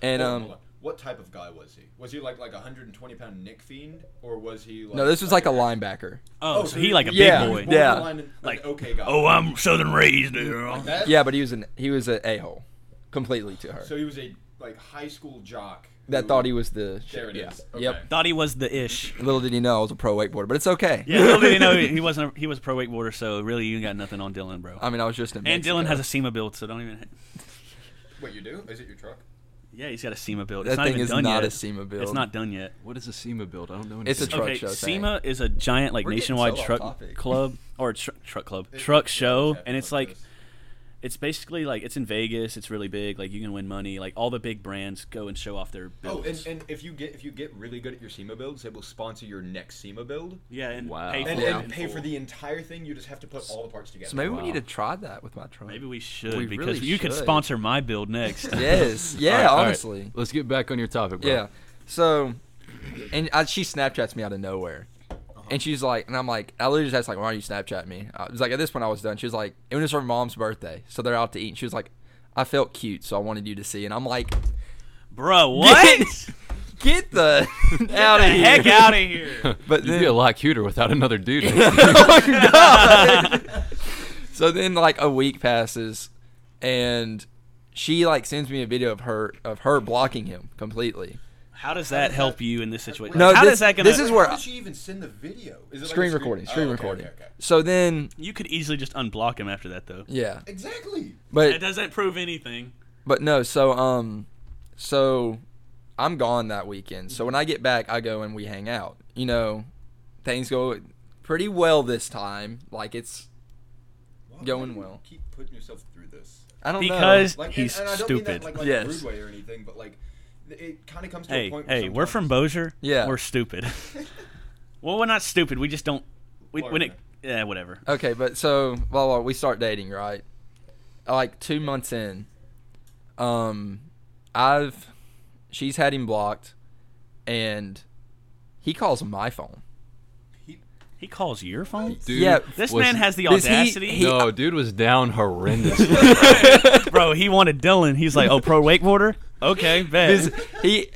D: and
B: Hold on,
D: um.
B: hold on. What type of guy was he? Was he like like a 120 pound Nick fiend, or was he? Like,
D: No, this was like a linebacker.
A: oh, so he like a
D: yeah.
A: big boy.
D: Yeah.
B: Like
A: Like,
B: okay guy.
A: Oh, I'm Southern raised, girl.
B: Like that?
D: Yeah, but he was an he was an a hole, completely to her.
B: So he was a like high school jock
D: that
B: who-
D: thought he was the
B: There it
D: yeah.
B: is.
D: Yep.
B: Okay.
A: Thought he was the ish.
D: Little did he know I was a pro wakeboarder, but it's okay.
A: Yeah, little did he know he wasn't. A, he was a pro wakeboarder, so really you got nothing on Dylan, bro.
D: I mean, I was just in.
A: and
D: Mexico.
A: Dylan has a SEMA build, so don't even.
B: What you do? Is it your truck?
A: Yeah, he's got a SEMA build.
D: That
A: it's not
D: thing
A: even
D: is
A: done
D: not
A: yet.
D: a SEMA build.
A: It's not done yet.
C: What is a SEMA build? I don't know.
D: It's a
C: anything.
D: truck
A: Okay,
D: show thing.
A: SEMA is a giant like
D: We're getting so
A: nationwide
D: off
A: truck
D: topic.
A: club or tr- truck club
B: It-
A: truck
B: it-
A: show,
B: okay,
A: and it's
B: fuck
A: like
B: this.
A: it's basically like it's in Vegas. It's really big. Like you can win money. Like all the big brands go and show off their
B: Oh, and,
A: builds.
B: and if you get if you get really good at your SEMA builds, they will sponsor your next SEMA build
A: yeah, and
C: Wow.
A: pay for,
B: and,
A: it
B: and
A: in
B: pay for
A: full.
B: the entire thing. You just have to put all the parts together.
D: So maybe
C: Wow.
D: we need to try that with my truck.
A: Maybe we should
D: We
A: because
D: really
A: you could
D: should.
A: sponsor my build next.
D: Yes. Yeah.
C: All right, all right.
D: honestly.
C: Let's get back on your topic, bro.
D: Yeah. So, and I, she Snapchats me out of nowhere. And she's like, and I'm like, I literally just asked, like, why don't you Snapchat me? I was like, at this point, I was done. She was like, it was her mom's birthday. So they're out to eat. And she was like, I felt cute, so I wanted you to see. And I'm like,
A: Bro, what?
D: Get, get the out
A: the
D: of here.
A: heck out of here.
D: But
C: You'd
D: then,
C: be a lot cuter without another dude.
D: Oh, God. so then like a week passes and she like sends me a video of her of her blocking him completely.
A: How does that help you in this situation?
D: No,
A: how
D: this-
A: does that gonna?
D: this is where-
B: How did she even send the video? Is it like a
D: Screen recording,
B: oh,
D: screen
B: okay,
D: recording.
B: okay, okay.
D: So then
A: you could easily just unblock him after that, though.
D: yeah.
B: Exactly.
A: It
D: But
A: doesn't prove anything.
D: but no, so um so I'm gone that weekend. So when I get back, I go and we hang out. You know, things go pretty well this time. Like it's
B: Why
D: Going
B: do you
D: well.
B: Keep putting yourself through this.
D: I don't know.
A: Because
B: Like, and-
A: he's
B: and, I don't
A: stupid.
B: Mean that, like, like
D: Yes.
B: a rude way or anything, but like th- it kind of comes to
A: hey,
B: a point. where
A: hey, we're from
B: sometimes-
A: Bossier.
D: Yeah.
A: we're stupid. well, we're not stupid. We just don't. We, when it,
B: Whatever.
A: yeah, whatever.
D: Okay, but so blah blah. We start dating, right? Like two months in, um, I've she's had him blocked, and he calls my phone.
B: He-
A: He calls your phone.
C: Dude
D: Yeah.
A: This
C: was-
A: man has the
D: Does he-
A: audacity,
D: he-
C: No, dude was down horrendous.
A: bro. He wanted Dylan. He's like, oh, pro wakeboarder. Okay,
D: This-
A: bet.
D: he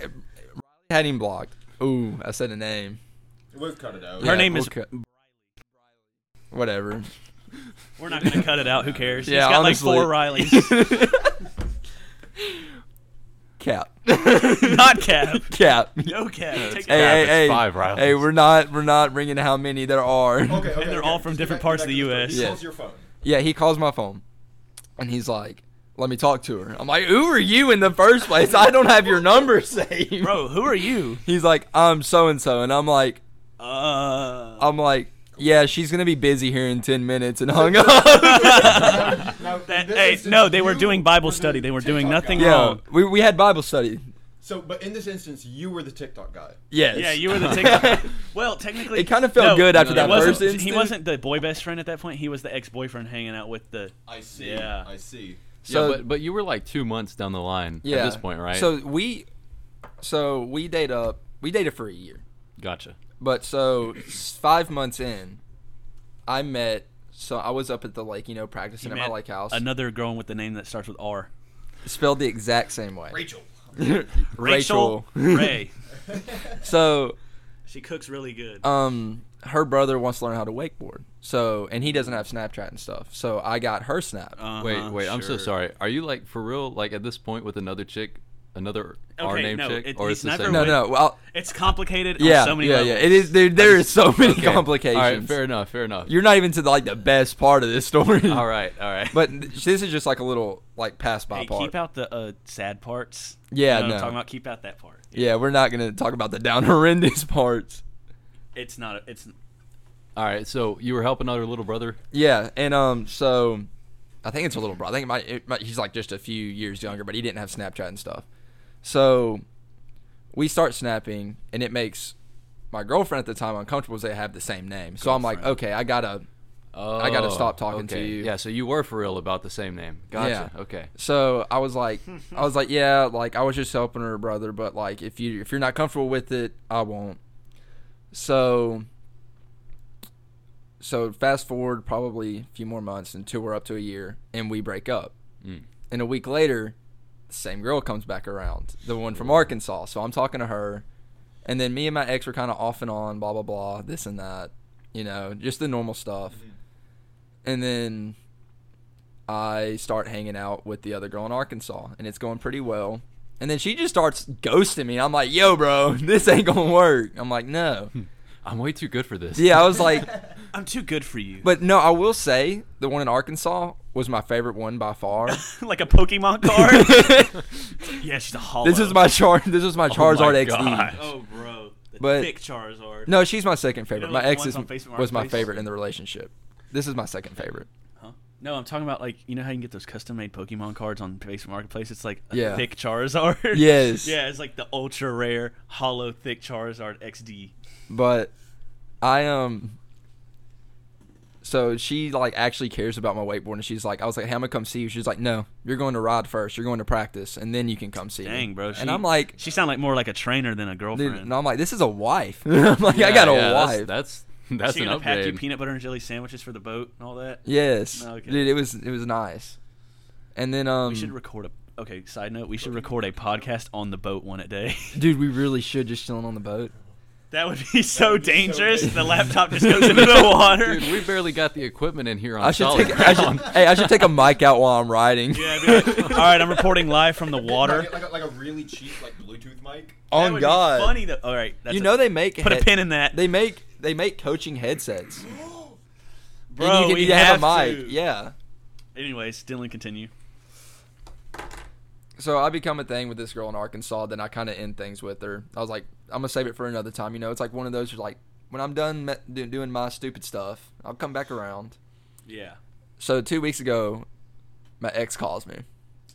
D: had him blocked. Ooh, I said a name.
B: We've cut it out.
A: Her name is-
D: cut- whatever.
A: We're not gonna cut it out. Who cares?
D: Yeah,
A: He's got
D: honestly.
A: like four Rileys.
D: Cap.
A: not Cap.
D: Cap. Hey,
A: No Cap. Take it out.
D: hey,
C: it's
D: hey.
C: five Rileys.
D: Hey, we're not we're not bringing how many there are.
B: Okay, okay,
A: they're
B: okay,
A: all from
B: just get
A: different
B: back-
A: parts
B: get
A: of the
B: back to
A: US.
B: story.
D: Yeah.
B: Calls your phone.
D: Yeah, he calls my phone and he's like, let me talk to her. I'm like, who are you in the first place? I don't have your number saved.
A: bro. Who are you?
D: He's like, I'm so and so. And I'm like,
A: Uh,
D: I'm like, yeah, she's going to be busy here in 10 minutes and hung up.
B: Now, in
A: that,
B: this
A: hey,
B: instance,
A: no, they were
B: you
A: doing Bible
B: were the
A: study. They were doing
B: TikTok
A: nothing
B: guy.
D: yeah,
A: wrong.
D: we, we had Bible study.
B: So, but in this instance, you were the TikTok guy.
D: Yes.
A: Yeah, you were the TikTok. well, technically,
D: It kinda felt
A: no,
D: good after
A: it
C: that
A: wasn't-
D: first
A: He
D: instant.
A: wasn't the boy best friend at that point. He was the ex boyfriend hanging out with the.
B: I see.
A: Yeah.
B: I see.
D: So,
C: yeah, but, but you were like two months down the line
D: yeah.
C: at this point, right?
D: So we, so we date up, we dated for a year.
C: gotcha.
D: But so s- five months in, I met, so I was up at the lake, you know, practicing at my
A: met
D: lake house.
A: Another girl with the name that starts with R.
D: spelled the exact same way.
B: Rachel.
A: Rachel Ray.
D: So,
A: She cooks really good.
D: um, her brother wants to learn how to wakeboard. So, and he doesn't have Snapchat and stuff. So I got her snap.
A: Uh-huh,
C: Wait, wait. I'm so
A: sure.
C: sorry. Are you like for real? Like at this point with another chick, another R
A: Okay,
C: name
A: no,
C: chick,
A: it-
C: or
A: he's
C: it's the
A: never
C: same?
D: no,
A: went-
D: no. Well,
A: It's complicated
D: yeah,
A: on so many
D: yeah,
A: levels.
D: yeah. It is. There, there is so many
C: Okay.
D: complications.
C: All right, fair enough. Fair enough.
D: You're not even to like the best part of this story.
C: all right, all right.
D: But th- this is just like a little like pass by
A: Hey,
D: part.
A: keep out the uh, sad parts.
D: Yeah,
A: you know what
D: no.
A: I'm talking about keep out that part.
D: yeah, we're not gonna talk about the down horrendous parts.
A: It's not. A, it's
C: all right. So you were helping out her little brother.
D: Yeah, and um, so I think it's a little bro. I think it might, it might, he's like just a few years younger, but he didn't have Snapchat and stuff. So we start snapping, and it makes my girlfriend at the time uncomfortable because they have the same name. So I'm like,
A: Girlfriend.
D: okay, I gotta,
C: Oh,
D: gotta stop talking to
C: okay.
D: you.
C: Yeah, so you were for real about the same name. Gotcha. Okay.
D: So I was like, I was like, yeah, like I was just helping her brother, but like if you if you're not comfortable with it, I won't. So, so fast forward probably a few more months until we're up to a year and we break up.
C: Mm.
D: And a week later, the same girl comes back around, the one from Arkansas. So I'm talking to her, and then me and my ex were kind of off and on, blah blah blah, this and that, you know, just the normal stuff. And then I start hanging out with the other girl in Arkansas, and it's going pretty well. And then she just starts ghosting me. I'm like, yo, bro, this ain't gonna work. I'm like, no.
C: I'm way too good for this.
D: Yeah, I was like,
A: I'm too good for you.
D: but no, I will say the one in Arkansas was my favorite one by far.
A: like a Pokemon card. yeah, she's a hollow.
D: this is my char. This is my Charizard XD.
C: gosh.
A: Oh, bro. The
D: But-
A: thick Charizard.
D: No, she's my second favorite.
A: know,
D: my
A: the
D: ex
A: ones
D: is,
A: on Facebook
D: was my
A: Marketplace?
D: favorite in the relationship. This is my second favorite.
A: Huh? No, I'm talking about like you know how you can get those custom made Pokemon cards on Facebook Marketplace. It's like a
D: Yeah.
A: thick Charizard.
D: Yes.
A: yeah, it's like the ultra rare hollow thick Charizard XD.
D: But I um so she like actually cares about my wakeboard and she's like I was like, Hey, I'm gonna come see you. She's like, No, you're going to ride first, you're going to practice, and then you can come see me."
A: Dang, bro. she-
D: and I'm like
A: she sound like more like a trainer than a girlfriend.
D: dude, and I'm like, This is a wife. I'm like, I got a
C: yeah, that's-
D: wife.
C: That's that's,
A: she
C: an
A: gonna pack you
C: upgrade.
A: peanut butter and jelly sandwiches for the boat and all that.
D: yes.
A: Okay.
D: Dude, it was it was nice. And then um
A: we should record a. Okay, side note. We should record a podcast on the boat one a day.
D: dude, we really should just chilling on the boat.
A: that would be so dangerous. the laptop just goes into the water.
C: Dude, we barely got the equipment in here on
D: I should
C: solid
D: take I
C: ground.
D: should, hey, I should take a mic out while I'm riding.
A: yeah. I'd be like, all right, I'm reporting live from the water.
B: Like, a, like a really cheap like Bluetooth mic.
A: That
D: On
A: would be
D: God.
A: funny though. All right, that's
D: you
A: a-
D: know they make
A: put a
D: head-
A: pin in that.
D: They make they make coaching headsets.
A: Bro,
D: and you can
A: we
D: you have, a
A: have
D: mic.
A: to.
D: Yeah.
A: Anyways, Dylan, continue.
D: So I become a thing with this girl in Arkansas. Then I kind of end things with her. I was like, I'm gonna save it for another time. You know, it's like one of those. Like when I'm done me- do- doing my stupid stuff, I'll come back around.
A: Yeah.
D: So two weeks ago, my ex calls me.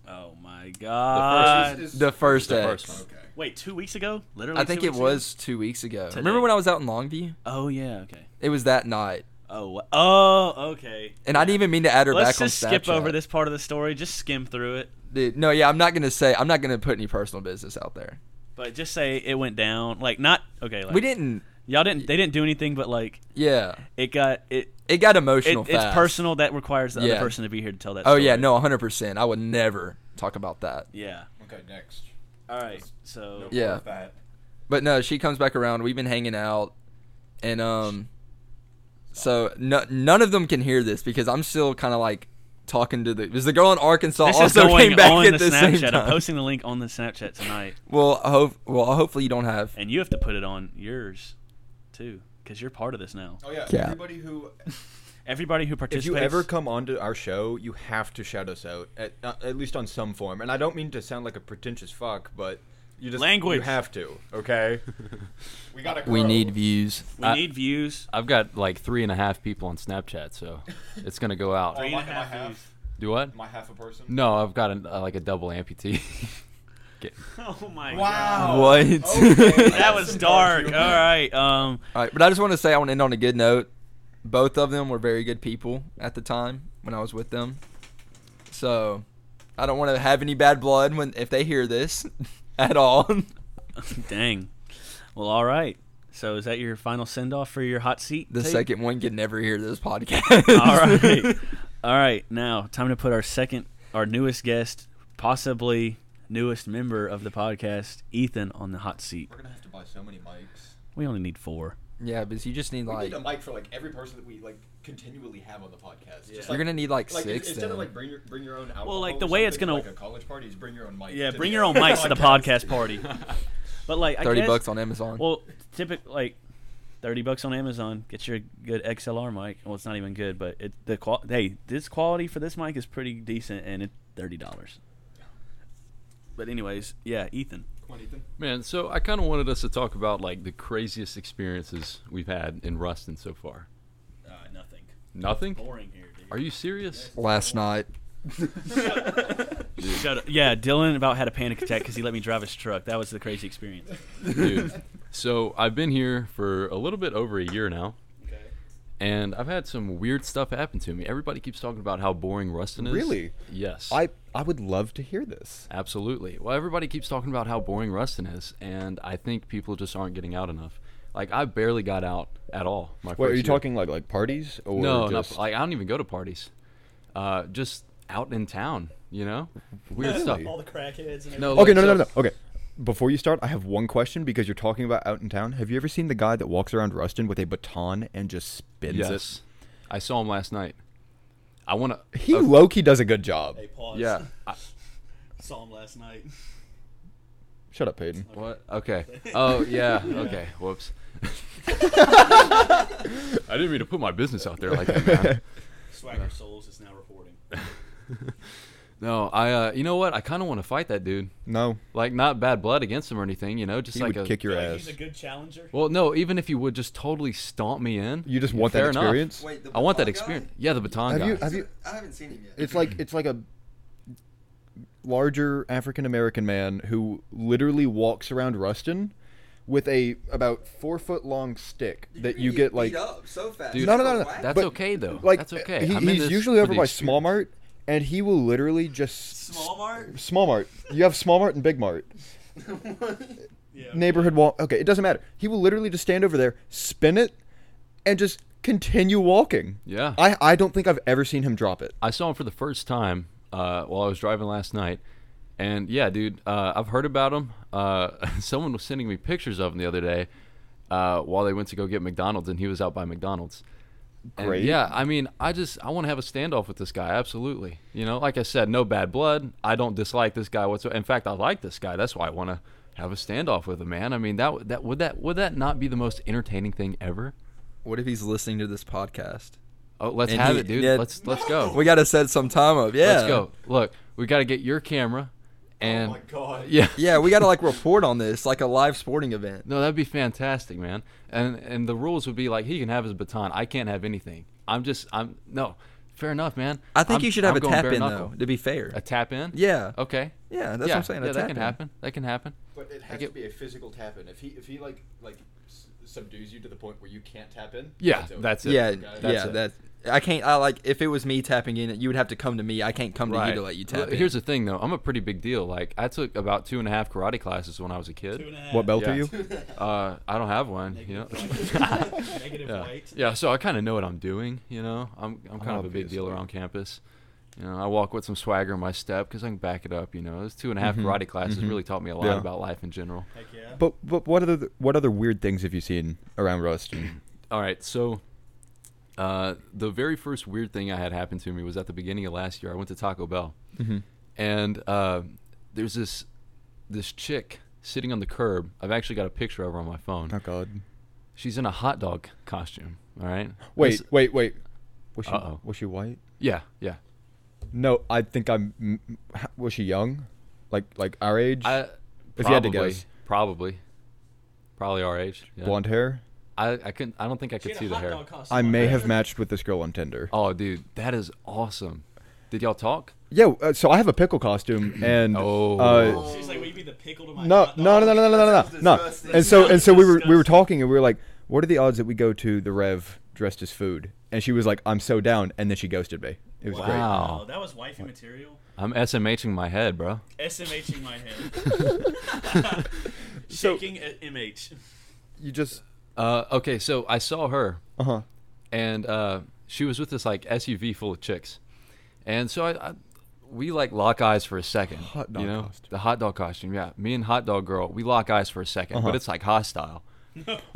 A: Oh my god.
B: This is-
D: The first
C: the
D: ex.
C: first one.
B: Okay.
A: Wait, two weeks ago? Literally.
D: I think
A: two
D: it
A: weeks ago?
D: was two weeks ago.
A: Today.
D: Remember when I was out in Longview?
A: Oh yeah. Okay.
D: It was that night,
A: Oh. wha- Oh. Okay.
D: and I didn't even mean to add her
A: Let's
D: back
A: just
D: on Snapchat.
A: skip over this part of the story. Just skim through it.
D: Dude, no, yeah, I'm not gonna say. I'm not gonna put any personal business out there.
A: But just say it went down. Like not okay. Like,
D: We didn't.
A: Y'all didn't. They didn't do anything. But like
D: Yeah.
A: it got it.
D: It got
A: it
D: emotional.
A: it's
D: fast.
A: personal. That requires the
D: Yeah.
A: other person to be here to tell that.
D: Oh
A: story.
D: yeah, no, hundred percent. I would never talk about that.
A: Yeah.
B: Okay, next.
A: All right. So.
B: No
D: Yeah.
B: more of that.
D: But no, she comes back around. We've been hanging out, and um, so no, none of them can hear this because I'm still kind of like talking to the. Because the girl in Arkansas
A: This is
D: also
A: going
D: came back
A: on
D: at
A: the
D: the, same
A: Snapchat. I'm
D: time.
A: posting the link on the Snapchat tonight,
D: well, I hope. Well, hopefully you don't have.
A: and you have to put it on yours, too, because you're part of this now.
B: Oh yeah.
D: Yeah.
B: Everybody who,
A: Everybody who
B: if
A: participates.
B: you ever come onto our show, you have to shout us out at uh, at least on some form. And I don't mean to sound like a pretentious fuck, but you just
A: Language.
B: You have to. Okay. we gotta.
D: We
B: grow.
D: need views.
A: we
C: I-
A: need views.
C: I've got like three and a half people on Snapchat, so it's gonna go out.
A: Three
B: Oh, Am I,
A: and a
B: am I
A: half
B: half?
A: views.
C: Do what?
B: Am I half a person?
C: No, I've got an, uh, like a double amputee. Kidding.
A: Oh my god.
B: Wow.
D: What?
B: Okay.
A: That was dark. All right. Um.
D: All right, but I just want to say I want to end on a good note. Both of them were very good people at the time when I was with them, so I don't want to have any bad blood when if they hear this at all.
A: Dang. Well, all right. So is that your final send off for your hot seat?
D: The
A: tape?
D: second one can never hear this podcast.
A: All right. All right. Now, time to put our second, our newest guest, possibly newest member of the podcast, Ethan, on the hot seat.
B: We're gonna have to buy so many mics.
A: We only need four.
D: yeah, because you just need
B: We
D: like
B: need a mic for like every person that we like continually have on the podcast. Just,
D: you're
B: like-
D: gonna need like,
B: like
D: six.
B: instead
D: then.
B: of like bring your bring your own alcohol.
A: like,
B: or
A: the way it's
B: something,
A: gonna-
B: like a college party is bring your own mic.
A: Yeah,
B: to
A: bring
B: the
A: your own mics to the podcast party. But like, I
D: Thirty
A: guess-
D: bucks on Amazon.
A: Well, typically, like thirty bucks on Amazon, get your good XLR mic. Well, it's not even good, but it the qual. Hey, this quality for this mic is pretty decent, and it's thirty dollars. But anyways, yeah, Ethan.
B: Come on, Ethan.
C: Man, so I kind of wanted us to talk about like the craziest experiences we've had in Ruston so far.
A: Uh, nothing.
C: Nothing?
A: Boring here. Dude.
C: Are you serious?
D: Last night.
A: Shut up. Yeah, Dylan about had a panic attack because he let me drive his truck. That was the crazy experience.
C: Dude. So I've been here for a little bit over a year now.
A: Okay.
C: and I've had some weird stuff happen to me. Everybody keeps talking about how boring Rustin is.
B: Really?
C: Yes.
B: I I would love to hear this.
C: Absolutely. Well, everybody keeps talking about how boring Rustin is, and I think people just aren't getting out enough. Like I barely got out at all. My
B: Wait, are
C: first
B: you
C: year.
B: talking like like parties or
C: No, not-
B: just
C: like I don't even go to parties. Uh, just out in town, you know, weird stuff.
A: All the crackheads and
C: No,
B: Okay,
C: like,
B: no, no,
C: so-
B: no, no. Okay. Before you start, I have one question because you're talking about out in town. Have you ever seen the guy that walks around Ruston with a baton and just spins
C: Yes, I saw him last night. I want
B: it?
C: to.
B: He low key does a good job.
A: Hey, pause.
C: Yeah. I-
A: Saw him last night.
B: Shut up, Peyton.
C: what? Okay. Oh yeah. Okay. Whoops. I didn't mean to put my business out there like that, man.
A: Swagger Souls is now reporting.
C: No, I. Uh, you know what? I kind of want to fight that dude.
B: No,
C: Like, not bad blood against him or anything. You know, just
B: he
C: like
B: would
C: a,
B: kick your
A: Like,
B: ass.
A: he's a good challenger.
C: Well, no, even if you would just totally stomp me in.
B: You just want that
C: fair enough.
B: experience?
D: Wait, the
C: I want that
D: baton guy?
C: experience. Yeah, the baton
B: Have
C: guy.
B: you- have you-
D: I haven't seen him yet.
B: It's like it's like a larger African American man who literally walks around Ruston with a about four foot long stick that you
D: really
B: get
D: beat
B: like
D: up so fast.
C: Dude,
B: no no no no.
D: Whack.
C: that's
B: but,
C: okay though.
B: Like
C: that's okay.
B: He,
C: I'm in
B: he's
C: this
B: usually
C: for
B: over
C: the
B: by Small
C: experience.
B: Mart, and he will literally just
A: Small Mart?
B: Small Mart. You have Small Mart and Big Mart.
A: Yeah.
B: Neighborhood walk. Okay, it doesn't matter. He will literally just stand over there, spin it, and just continue walking.
C: Yeah.
B: I, I don't think I've ever seen him drop it.
C: I saw him for the first time uh, while I was driving last night, and yeah, dude, uh, I've heard about him. Uh, someone was sending me pictures of him the other day uh, while they went to go get McDonald's, and he was out by McDonald's. And,
B: Great.
C: yeah, I mean, I just I want to have a standoff with this guy. Absolutely. You know, like I said, no bad blood. I don't dislike this guy whatsoever. In fact, I like this guy. That's why I want to have a standoff with him, man. I mean, that w- that would that would that not be the most entertaining thing ever?
D: what if he's listening to this podcast?
C: Oh, let's
D: And
C: have
D: he-
C: it, dude.
D: yeah.
C: Let's let's go.
D: We got to set some time up. Yeah.
C: Let's go. Look, we got to get your camera, and
A: my God.
C: yeah,
D: Yeah, we got to like report on this like a live sporting event.
C: No, that'd be fantastic, man. And and the rules would be like he can have his baton, I can't have anything. I'm just I'm no, fair enough, man.
D: I think
C: I'm-
D: you should have
C: I'm
D: a
C: going
D: tap
C: bare
D: in
C: knuckle.
D: though. To be fair.
C: A tap in?
D: Yeah.
C: Okay.
D: Yeah, that's
C: yeah,
D: what I'm saying. a
C: Yeah, that
D: tap
C: can
D: in.
C: happen. That can happen.
E: But it has
C: get-
E: to be a physical tap in. If he if he like like s- subdues you to the point where you can't tap in.
C: Yeah,
E: over.
C: that's it.
D: Yeah,
E: That's
D: yeah,
C: it.
D: that's. I can't. I like if it was me tapping in it, you would have to come to me. I can't come to you to let you
C: Well,
D: tap. in.
C: Here's the thing, though. I'm a pretty big deal. Like I took about two and a half karate classes when I was a kid.
A: Two and a half.
B: What belt
C: Yeah.
B: are you?
C: Uh, I don't have one. You know.
A: Negative
C: yeah.
A: weight.
C: Yeah, so I kind of know what I'm doing, you know. I'm I'm kind of a big deal
B: Obviously.
C: around campus. You know, I walk with some swagger in my step because I can back it up. You know, those two and a half karate classes really taught me a lot
B: Mm-hmm. Yeah.
C: about life in general.
A: Heck yeah.
B: But but what other what other weird things have you seen around Ruston?
C: All right, so uh, the very first weird thing I had happen to me was at the beginning of last year. I went to Taco Bell,
B: Mm-hmm.
C: and uh, there's this this chick sitting on the curb. I've actually got a picture of her on my phone.
B: Oh God!
C: She's in a hot dog costume. All right.
B: Wait
C: This-
B: wait wait. Was she
C: Uh-oh.
B: was she white?
C: yeah, yeah.
B: No, I think I'm. m- h- Was she young? Like like our age?
C: I
B: If you had to
C: probably-
B: guess.
C: probably, probably our age. yeah.
B: Blonde hair.
C: I, I couldn't. I don't think I
A: She
C: could
A: had
C: see
A: a
C: the
A: hot
C: hair.
A: dog costume
B: I
A: on
B: may
A: her.
B: have matched with this girl on Tinder.
C: Oh, dude, that is awesome. Did y'all talk?
B: Yeah, uh, so I have a pickle costume, and
C: Oh.
B: uh,
A: She's like, will you be the pickle to my
B: no,
A: hot
B: no, no, no,
A: dog?"
B: no, no, no, no, no.
D: disgusting.
B: And so and so we were we were
A: Disgusting.
B: talking, and we were like, "What are the odds that we go to the Rev dressed as food?" And she was like, "I'm so down," and then she ghosted me. It was great.
C: Wow.
A: Oh, that was wifey material.
C: I'm SMHing my head, bro.
A: SMHing my head.
B: So-
A: Shaking at MH.
B: You just
C: Uh, okay, so I saw her,
B: uh huh.
C: and uh, she was with this like SUV full of chicks, and so I, I we like lock eyes for a second.
B: Hot dog
C: you know?
B: costume.
C: The hot dog costume, yeah. Me and hot dog girl, we lock eyes for a 2nd but it's like hostile.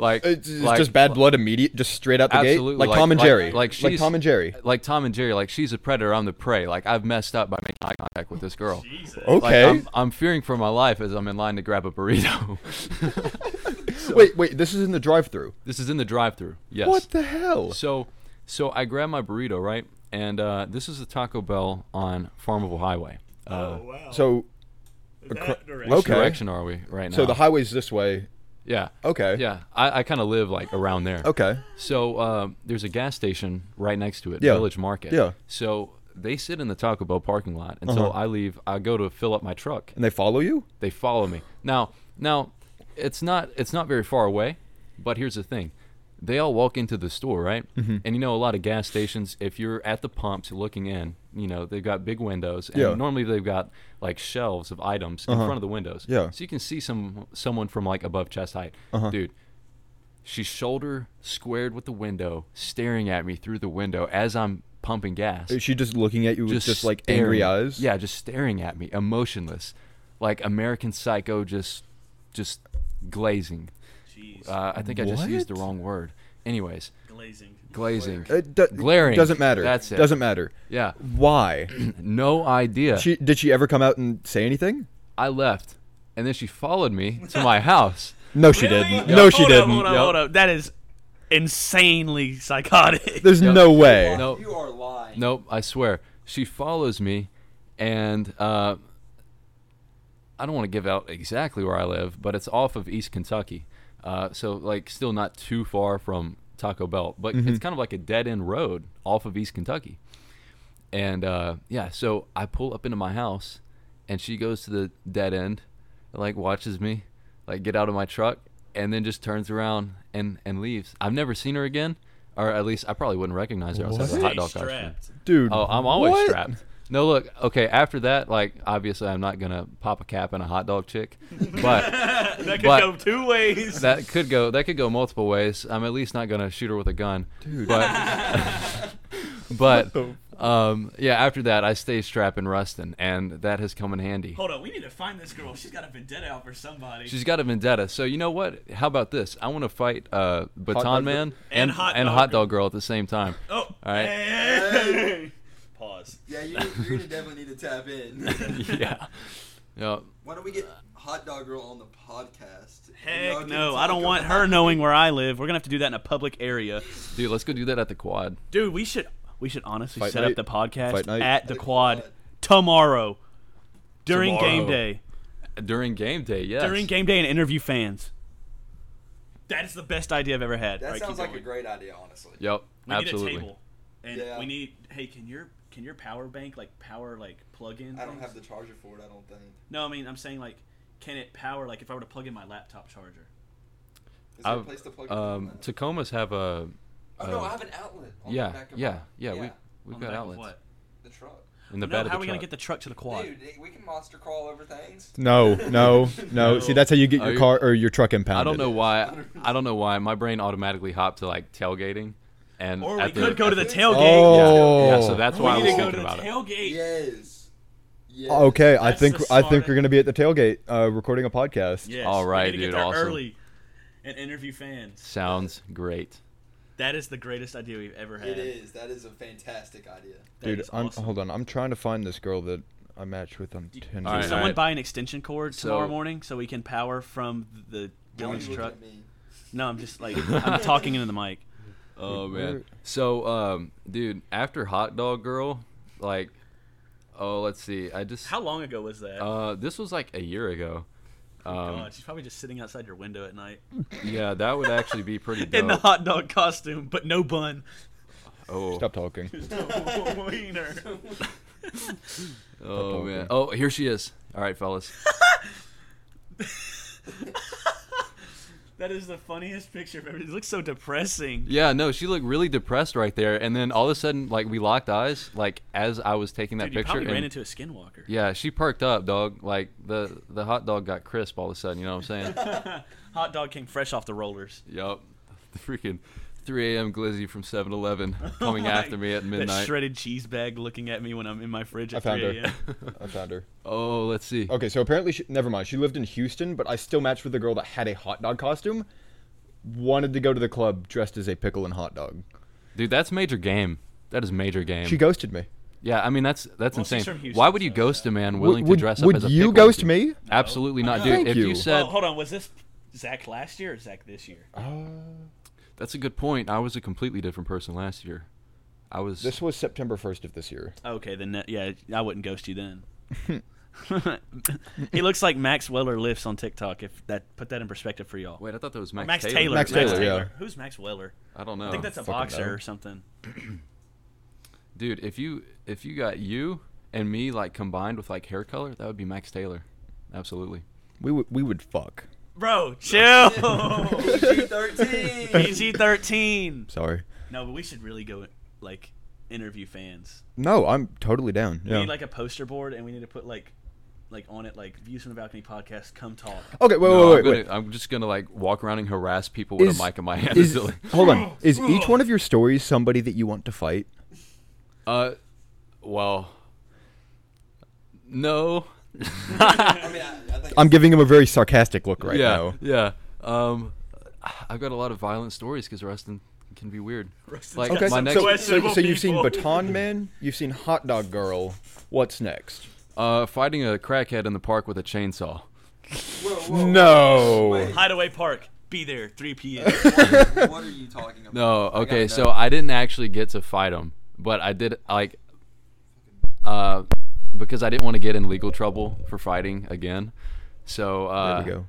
C: Like
B: Uh-huh. It's, it's
C: like-
B: just bad blood immediate, just straight out the
C: Absolutely,
B: gate, like, Tom and Jerry,
C: Like,
B: like
C: she's-
B: Tom and Jerry.
C: like Tom and Jerry. Like she's a predator, I'm the prey. Like I've messed up by making eye contact with this girl.
A: Jesus.
C: Like,
B: Okay.
C: I'm, I'm fearing for my life as I'm in line to grab a burrito.
B: wait, wait. This is in the drive-through.
C: this is in the drive-through. Yes.
B: What the hell?
C: So, so I grab my burrito, right? And uh, this is a Taco Bell on Farmable Highway. Uh,
A: Oh, wow.
B: So
A: that direction.
C: Which
B: okay.
C: direction are we right now?
B: so the highway's this way.
C: yeah.
B: Okay.
C: Yeah. I, I kind of live like around there.
B: Okay.
C: So uh, there's a gas station right next to it,
B: Yeah.
C: Village Market.
B: Yeah. Uh-huh.
C: So they sit in the Taco Bell parking lot until I leave. I go to fill up my truck.
B: And they follow you.
C: They follow me. Now, now, it's not it's not very far away, but here's the thing. they all walk into the store, right?
B: Mm-hmm.
C: And you know, a lot of gas stations, if you're at the pumps looking in, you know, they've got big windows, and
B: Yeah. Uh-huh.
C: normally they've got like shelves of items in front of the windows.
B: Yeah. Uh-huh.
C: So you can see some someone from like above chest height, dude. She's shoulder squared with the window, staring at me through the window as I'm pumping gas
B: Is she just looking at you with just like angry
C: staring.
B: eyes?
C: Yeah, just staring at me, emotionless, like American Psycho, just just glazing.
A: Jeez.
C: Uh, I think I just used the
B: What?
C: wrong word. Anyways,
A: glazing.
C: glazing.
B: It do-
C: Glaring.
B: Uh, Doesn't matter.
C: That's it.
B: Doesn't matter.
C: Yeah,
B: Why?
C: no idea.
B: she did she ever come out and say anything?
C: I left, and then she followed me to my house.
B: No, she
A: Really?
B: didn't. No, she
F: hold
B: didn't.
F: Up, hold up,
C: Yep.
F: hold up. That is insanely psychotic.
B: There's
C: Yep.
B: no way.
C: No.
D: You are lying.
C: Nope, I swear. She follows me, and uh, I don't want to give out exactly where I live, but it's off of East Kentucky. Uh, so, like, still not too far from Taco Bell, but it's kind of like a dead end road off of East Kentucky. And uh, yeah, so I pull up into my house, and she goes to the dead end, and, like, watches me, like, get out of my truck, and then just turns around and, and leaves. I've never seen her again. Or at least I probably wouldn't recognize her outside of a hot dog costume.
A: strapped.
B: Dude.
C: Oh, I'm always
B: what?
C: strapped. No, look, okay, after that, like, obviously I'm not going to pop a cap in a hot dog chick, but
A: That could
C: But-
A: go two ways.
C: that could go, that could go multiple ways. I'm at least not going to shoot her with a gun. But, but, um, yeah, after that, I stay strapping Rustin, and that has come in handy.
A: Hold on, we need to find this girl. She's got a vendetta out for somebody.
C: She's got a vendetta. So, you know what? How about this? I want to fight uh,
G: dog
C: Baton
G: girl.
C: Man
A: And hot
C: and
A: dog
C: Hot
A: girl.
C: Dog Girl at the same time.
A: oh,
C: All right.
A: hey. Pause.
D: Yeah, you, you're gonna definitely need to tap in.
C: yeah. Yeah.
D: Why don't we get Hot Dog Girl on the podcast? And y'all
A: Heck
D: can
A: no, I
D: talk
A: don't want
D: about-
A: her knowing where I live. We're gonna have to do that in a public area,
C: Dude, let's go do that at the quad.
A: dude. We should we should honestly
B: Fight
A: set
B: night.
A: up the podcast
B: Fight night.
A: at the
D: the
A: quad
D: quad.
A: tomorrow during game
C: Tomorrow.
A: day.
C: During game day, yes.
A: During game day and interview fans. That is the best idea I've ever had.
D: That
A: All right,
D: sounds
A: keep
D: like a
A: going.
D: great idea, honestly.
C: Yep.
A: We
C: absolutely.
A: need a table, and
D: Yeah.
A: we need. Hey, can your can your power bank like power like plug in?
D: I don't
A: things?
D: have the charger for it. I don't think.
A: No, I mean I'm saying like, can it power like if I were to plug in my laptop charger?
D: Is there a
C: I've-
D: place to plug it in?
C: Um, Tacomas have a
D: oh no,
C: uh,
D: I have an outlet. On the
C: yeah,
D: back of
C: yeah,
D: my-
C: yeah, We
A: On the
C: we've got
A: back of
C: outlets
A: What?
D: the truck.
C: in the
A: no,
C: bed
A: how
C: of
A: are
C: the
A: we gonna get the truck to the quad?
D: Dude, eh, we can monster crawl over things.
B: No, no, no. See, that's how you get
C: Oh,
B: your
C: you-
B: car or your truck impounded.
C: I don't know why. I don't know why my brain automatically hopped to like tailgating, and
A: Or
C: at
A: we
C: the,
A: could go to the tailgate.
B: Oh,
C: yeah, so that's why I
A: we
C: was
A: need to go to
C: thinking
A: the
C: about it.
A: tailgate.
D: Yes. Yes.
C: Oh,
B: Okay, I
A: That's
B: think
A: the
B: I think we're
A: smart-
B: gonna be at the tailgate uh, recording a podcast.
A: Yes,
C: All right,
A: we need to
C: dude,
A: Get there
C: awesome.
A: Early and interview fans.
C: Sounds great.
A: That is the greatest idea we've ever had.
D: It is. That is a fantastic idea.
A: That
B: Dude,
A: is
B: I'm,
A: awesome.
B: hold on. I'm trying to find this girl that I matched with on Tinder.
C: All
A: Can
C: right,
A: someone buy an extension cord
C: So-
A: tomorrow morning so we can power from the
D: Why are
A: Dylan's
D: you looking
A: truck?
D: at me?
A: No, I'm just like I'm talking into the mic.
C: Oh man.
B: we're-
C: So, um, dude, after hot dog girl, like, oh, let's see. I just
A: How long ago was that?
C: uh, this was like a year ago. Um,
A: Oh, God, she's probably just sitting outside your window at night
C: yeah, that would actually be pretty
A: in the
C: dope.
A: hot dog costume, but no bun.
C: Oh,
B: Stop talking.
A: Wiener.
C: oh
B: talking.
C: man. Oh, here she is. All right, fellas.
A: That is the funniest picture I've ever. It looks so depressing.
C: Yeah, no, she looked really depressed right there, and then all of a sudden, like we locked eyes, like as I was taking that
A: Dude, you
C: picture.
A: probably ran
C: and-
A: into a skinwalker.
C: yeah, she perked up, dog. Like the the hot dog got crisp all of a sudden. You know what I'm saying?
A: Hot dog came fresh off the rollers.
C: yup. The freaking 3 a.m. glizzy from 7-Eleven coming
A: Like,
C: after me at
A: That
C: midnight.
A: shredded cheese bag looking at me when I'm in my fridge at
B: I found
A: 3
B: her.
A: a.m.
B: I found her.
C: oh, let's see.
B: Okay, so apparently, she, never mind. She lived in Houston, but I still matched with a girl that had a hot dog costume. Wanted to go to the club dressed as a pickle and hot dog.
C: Dude, that's major game. That is major game.
B: She ghosted me.
C: yeah, I mean that's that's
A: Well, she's
C: insane.
A: from Houston,
C: Why would you
A: so,
C: ghost a man
B: Would-
C: willing
B: would-
C: to dress up
B: would
C: as a
B: you
C: pickle
B: ghost
C: with
B: me?
C: Absolutely not, dude.
B: Thank
C: if
B: you.
C: you said
A: Oh, hold on. Was this Zach last year or Zach this year?
C: that's a good point, I was a completely different person last year. I was
B: This was September 1st of this year.
A: Okay, then that- yeah, I wouldn't ghost you then. he looks like Max Weller lifts on TikTok. If that put that in perspective for y'all.
C: Wait, I thought that was Max,
A: Oh, Max Taylor.
B: Max Taylor, yeah.
A: Who's Max Weller?
C: I don't know.
A: I think that's a
B: fucking
A: boxer
B: know.
A: or something.
C: Dude, if you if you got you and me like combined with like hair color, that would be Max Taylor. Absolutely.
B: We would we would fuck.
H: Bro, chill.
D: PG-13.
H: PG thirteen.
I: Sorry.
A: No, but we should really go like interview fans.
I: No, I'm totally down.
A: We
I: Yeah.
A: need like a poster board, and we need to put like, like on it like views from the balcony podcast. Come talk.
I: okay, wait, wait,
C: No, I'm,
I: wait,
C: gonna,
I: wait.
C: I'm just gonna like walk around and harass people with
I: Is-
C: a mic in my hand.
I: Is,
C: until-
I: hold on. Is each one of your stories somebody that you want to fight?
C: uh, well, no.
I: I'm giving him a very sarcastic look right
C: yeah,
I: now.
C: yeah. Um, I've got a lot of violent stories because Rustin can be weird. like
I: Okay,
C: my
I: so,
C: next,
I: so,
H: questionable
I: so you've seen
H: people.
I: Baton Man, you've seen Hot Dog Girl. What's next?
C: uh, fighting a crackhead in the park with a chainsaw.
I: no.
H: Hideaway Park. Be there 3 p.m.
D: what are you talking about?
C: No,
D: I
C: okay,
D: gotta
C: so
D: know.
C: I didn't actually get to fight him, but I did like uh because I didn't want to get in legal trouble for fighting again. So uh
I: there we go.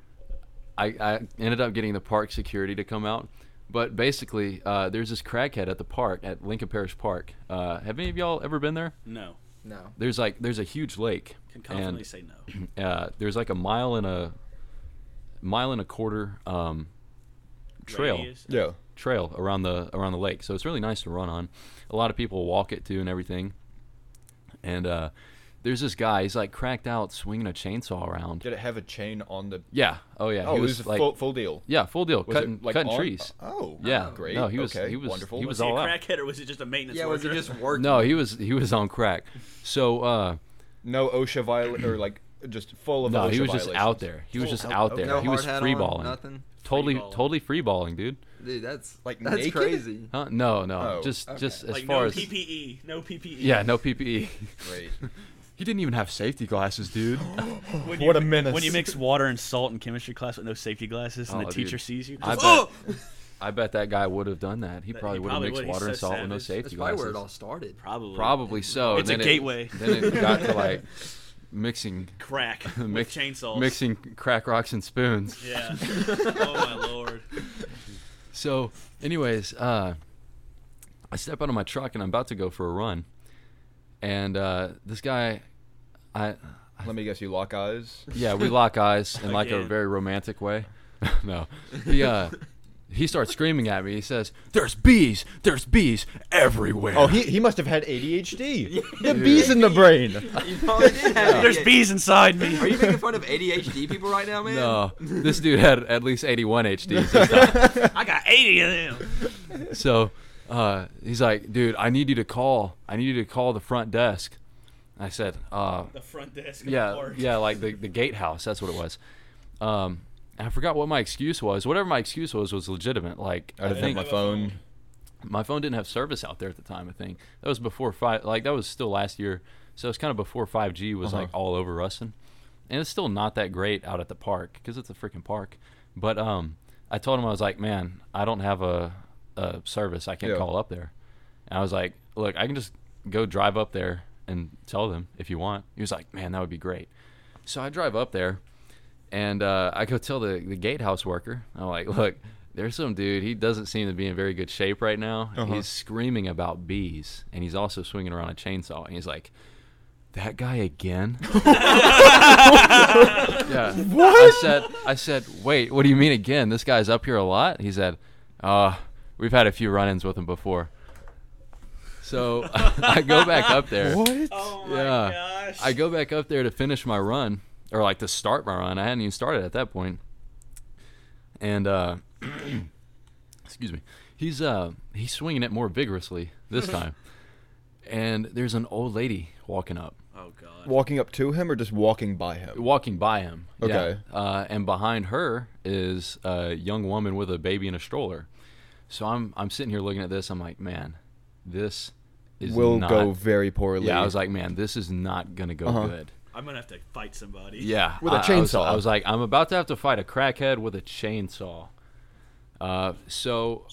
C: I, I ended up getting the park security to come out. But basically, uh, there's this crackhead at the park at Lincoln Parish Park. Uh, have any of y'all ever been there?
A: No,
D: no.
C: There's like there's a huge lake,
A: can confidently
C: and
A: say no.
C: uh, there's like a mile and a mile and a quarter um, trail
A: Radius?
I: Yeah.
C: trail around the around the lake. So it's really nice to run on. A lot of people walk it too and everything. And uh, there's this guy. He's like cracked out, swinging a chainsaw around.
B: Did it have a chain on the?
C: Yeah. Oh yeah.
B: Oh,
C: he
B: it
C: was
B: was a
C: like
B: full, full deal.
C: yeah, full deal,
B: Was
C: cutting
B: it like
C: cutting
B: on-
C: trees.
B: Oh,
C: yeah.
B: great.
C: No, he was
B: okay,
C: he was
B: wonderful.
C: he was
A: Was he a
C: all out.
A: crackhead or was it just a maintenance
D: Yeah, was
A: worker?
D: it just working?
C: No, he was he was on crack. So uh,
B: no OSHA viola or like just full of.
C: no,
B: OSHA
C: he was just
B: Oh, violations.
C: out there. He was just out there.
D: No
C: he was
D: hard hat
C: free
D: on,
C: balling.
D: nothing?
C: Totally
A: Freeballing.
C: totally free balling, dude.
D: Dude, that's
B: Like
D: like that's
B: naked?
D: crazy.
C: Huh? No, no.
B: Oh,
C: just
B: okay.
C: just as
A: like
C: far
A: no
C: as
B: E.
A: PPE, no E. PPE.
C: yeah, no PPE.
B: Great.
C: he didn't even have safety glasses, dude.
A: When
B: What
A: you,
B: a menace.
A: When you mix water and salt in chemistry class with no safety glasses, and the
C: Oh, dude.
A: teacher sees you,
C: I
A: oh!
C: bet, I bet that guy would have done that. He
A: That-
C: probably
A: he
C: would have
A: probably
C: mixed
A: would. He's
C: water and
A: so
C: salt with no
A: savage.
C: safety
D: That's probably where
C: glasses.
D: it all started.
A: probably
C: Probably so.
A: It's
C: and
A: a
C: then it-
A: gateway.
C: then it got to like mixing
A: crack with
C: Mix-
A: chainsaws.
C: mixing crack rocks and spoons.
A: Yeah. oh my lord.
C: So, anyways, uh, I step out of my truck and I'm about to go for a run, and uh, this guy, I
B: Let me guess. You lock eyes.
C: yeah, we lock eyes in like a
A: Again.
C: very romantic way. no, he uh, he starts screaming at me. He says, "There's bees! There's bees everywhere!"
I: Oh, he, he must have had ADHD. the bees in the brain.
D: You probably did have
H: There's
D: ADHD.
H: bees inside me.
D: Are you making fun of ADHD people right now, man?
C: No, this dude had at least 81 HDs. this time.
H: I got 80 of them.
C: so uh, he's like, dude, I need you to call. I need you to call the front desk. I said, uh,
A: The front desk.
C: yeah, yeah, like the, the gatehouse. That's what it was. Um, I forgot what my excuse was. Whatever my excuse was was legitimate. Like
B: I didn't have my phone.
C: my phone didn't have service out there at the time. I think that was before five. Like that was still last year, so it's kind of before five G was like all over Ruston, and it's still not that great out at the park because it's a freaking park. But um, I told him I was like, man, I don't have a, a service. I can't
B: Yeah.
C: call up there. And I was like, look, I can just go drive up there and tell them if you want. He was like, man, that would be great. So I drive up there and uh, I go tell the, the gatehouse worker, I'm like, look, there's some dude. He doesn't seem to be in very good shape right now. He's screaming about bees, and he's also swinging around a chainsaw. And he's like, that guy again? yeah. What? I said, I said, wait, what do you mean again? This guy's up here a lot? He said, uh, we've had a few run ins with him before. So I go back up there.
A: Oh my
C: Yeah.
A: gosh.
C: I go back up there to finish my run, or like to start my run. I hadn't even started at that point. And uh, excuse me, he's uh he's swinging it more vigorously this time. and there's an old lady walking up,
A: oh god.
I: Walking up to him or just walking by him?
C: walking by him. yeah.
I: Okay.
C: Uh, and behind her is a young woman with a baby in a stroller. So I'm I'm sitting here looking at this. I'm like, man, this is
I: Will
C: not-
I: go very poorly.
C: Yeah, I was like, man, this is not gonna go
I: Uh-huh.
C: good.
A: I'm gonna have to fight somebody.
C: Yeah,
I: With a
C: I- I was-
I: chainsaw.
C: I was, like, I'm about to have to fight a crackhead with a chainsaw. Uh, so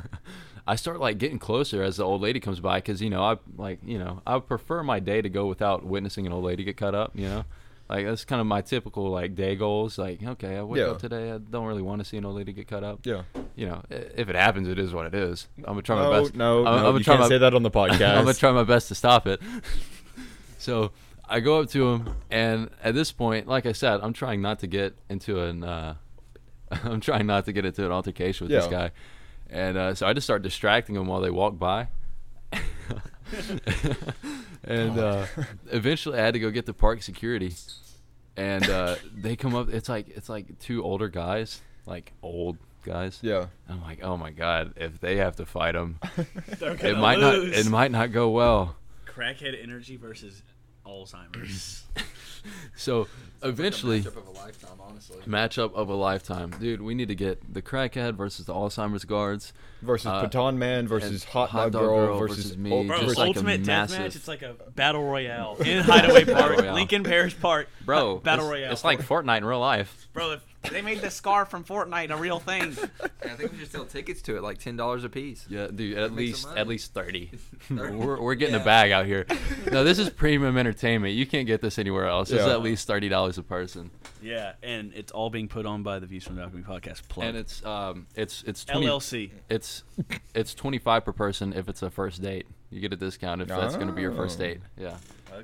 C: I start like getting closer as the old lady comes by because you know I like you know I prefer my day to go without witnessing an old lady get cut up. You know, like that's kind of my typical like day goals. Like okay, I wake
B: Yeah.
C: up today. I don't really want to see an old lady get cut up.
B: Yeah.
C: You know, i- if it happens, it is what it is. I'm gonna try my
B: Oh,
I: no,
C: best.
I: no,
C: I'm,
I: no,
C: I'm gonna
I: you
C: try
I: can't
C: my,
I: say that on the
C: I'm gonna
I: podcast.
C: try my best to stop it. so I go up to him, and at this point, like I said, I'm trying not to get into an uh, I'm trying not to get into an altercation with this
B: Yeah.
C: guy, and uh, so I just start distracting them while they walk by. and uh, eventually, I had to go get the park security, and uh, they come up. It's like it's like two older guys, like old guys.
B: Yeah.
C: I'm like, oh my god, if they have to fight them,
A: They're
C: it
A: gonna
C: might
A: lose.
C: not it might not go well.
A: Crackhead energy versus Alzheimer's.
C: So eventually,
D: Matchup of a lifetime, honestly.
C: matchup of a lifetime, dude. We need to get the crackhead versus the Alzheimer's guards.
B: Versus
C: Uh,
B: Baton Man versus Hot, Dog Girl, versus,
C: me,
B: Ul-
A: Bro,
C: Just like a
J: ultimate
C: massive-
J: deathmatch. It's like a battle royale in Hideaway Park,
C: Royale.
J: Lincoln Parish Park.
C: Bro,
J: battle
C: it's,
J: royale.
C: It's like Fortnite in real life.
J: Bro, if they made the scar from Fortnite a real thing.
D: I think we should sell tickets to it, like ten dollars a piece.
C: Yeah, dude. At
D: some
C: least
D: money.
C: at least thirty.
D: Thirty.
C: we're, we're getting
D: Yeah.
C: a bag out here. No, this is premium entertainment. You can't get this anywhere else. It's
B: Yeah.
C: at least thirty dollars a person,
A: yeah, and it's all being put on by the Views from Balcony podcast. Plug.
C: and it's um, it's it's 20,
A: LLC.
C: It's it's twenty five per person if it's a first date. You get a discount if that's going to be your first
B: Oh.
C: date. Yeah,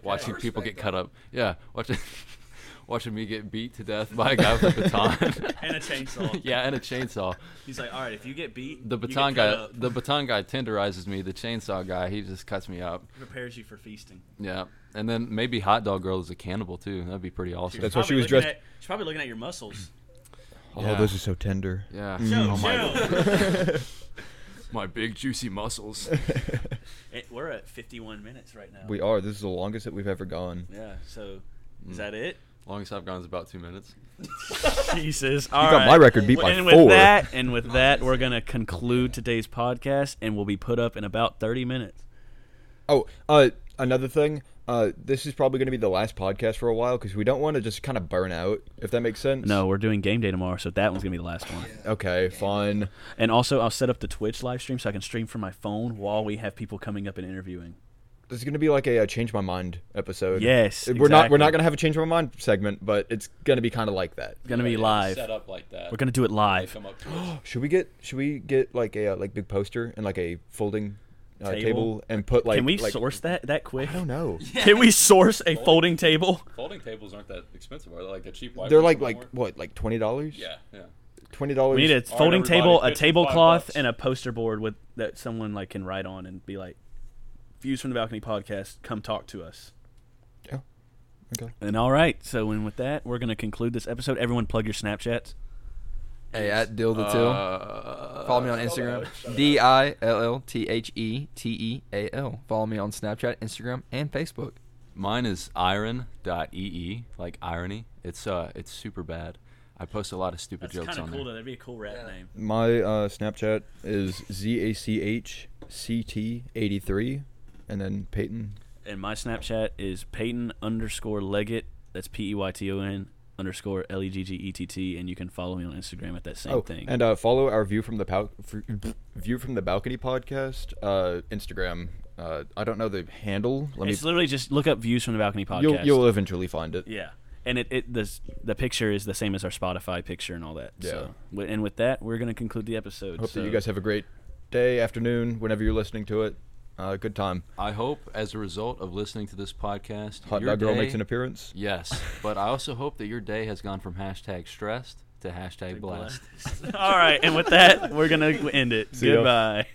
C: watching
D: I
C: people get
D: respect
C: cut up. Yeah, watching watching me get beat to death by a guy with a baton.
A: And a chainsaw.
C: yeah, and a chainsaw.
A: He's like, all right, if you get beat,
C: The
A: you get
C: baton
A: cut
C: guy,
A: up."
C: the baton guy tenderizes me. The chainsaw guy, he just cuts me up.
A: prepares you for feasting.
C: Yeah, and then maybe hot dog girl is a cannibal too. That'd be pretty awesome.
B: That's why she
A: Probably
B: was
A: looking
B: dressed-
A: At, she's probably looking at your muscles.
B: Oh, those are so tender.
C: yeah.
B: Mm,
A: Joe,
C: Oh, my,
A: Joe.
C: my big juicy muscles.
A: It- we're at 51 minutes right now.
B: We are. This is the longest that we've ever gone.
A: yeah. So,
C: Mm.
A: is that it?
C: Longest I've gone is about two minutes.
A: Jesus. All
B: you got
A: right.
B: my record beat by
A: and
B: four.
A: with that, and with that, we're gonna conclude today's podcast, and will be put up in about 30 minutes.
B: Oh, uh, another thing. Uh, this is probably going to be the last podcast for a while because we don't want to just kind of burn out, if that makes sense.
A: No, we're doing game day tomorrow, so that one's gonna be the last one.
B: Okay, fine.
A: And also, I'll set up the Twitch live stream so I can stream from my phone while we have people coming up and interviewing.
B: This is going to be like a, uh change my mind episode.
A: Yes,
B: we're not we're
A: exactly.
B: not going to have a change my mind segment, but it's going to be kind of like that.
A: It's gonna be live.
C: Set up like that.
A: We're gonna do it live.
C: come up to us.
B: Should we get should we get like a uh, like big poster and like a folding uh,
A: Table?
B: table? and put like
A: Can we
B: like,
A: source that that quick?
B: I don't know.
A: Can we source a folding table?
C: Folding tables aren't that expensive, are they? Like the cheap white.
B: They're like like what like twenty dollars?
C: yeah.
B: twenty dollars.
A: We need a folding
C: everybody,
A: table, a
C: 55
A: tablecloth,
C: bucks.
A: and a poster board with that someone like can write on and be like, "Views from the balcony podcast. Come talk to us."
B: Yeah. Okay.
A: And all right, so and with that, we're gonna conclude this episode. Everyone, plug your Snapchats.
D: Hey, at Dill the Till.
C: Uh,
D: Follow me on Instagram. D I L L T H E T E A L. Follow me on Snapchat, Instagram, and Facebook.
C: Mine is iron.ee, E, like irony. It's uh, it's super bad. I post a lot of stupid
A: That's
C: jokes
A: kind of
C: on
A: cool. Though.
C: there.
A: That'd be a cool rap name.
B: My uh, Snapchat is Z A C H C T eighty three, and then Peyton.
A: And my Snapchat is Peyton underscore Leggett. That's P E Y T O N underscore L E G G E T T. And you can follow me on Instagram at that same
B: Oh,
A: thing.
B: and uh, follow our view from the pal- f- view from the balcony podcast uh, Instagram. Uh, I don't know the handle. Let
A: it's
B: me.
A: literally just look up Views from the Balcony podcast.
B: You'll you'll eventually find it.
A: Yeah, and it, it the the picture is the same as our Spotify picture and all that. Yeah. So,
B: Yeah.
A: wi- and with that, we're gonna conclude the episode.
B: Hope
A: so.
B: that you guys have a great day, afternoon, whenever you're listening to it. Uh, good time.
C: I hope, as a result of listening to this podcast,
B: Hot
C: your
B: dog girl
C: day-
B: makes an appearance.
C: Yes, but I also hope that your day has gone from hashtag stressed to hashtag blessed.
A: all right, and with that, we're gonna end it.
B: ya.
A: Goodbye.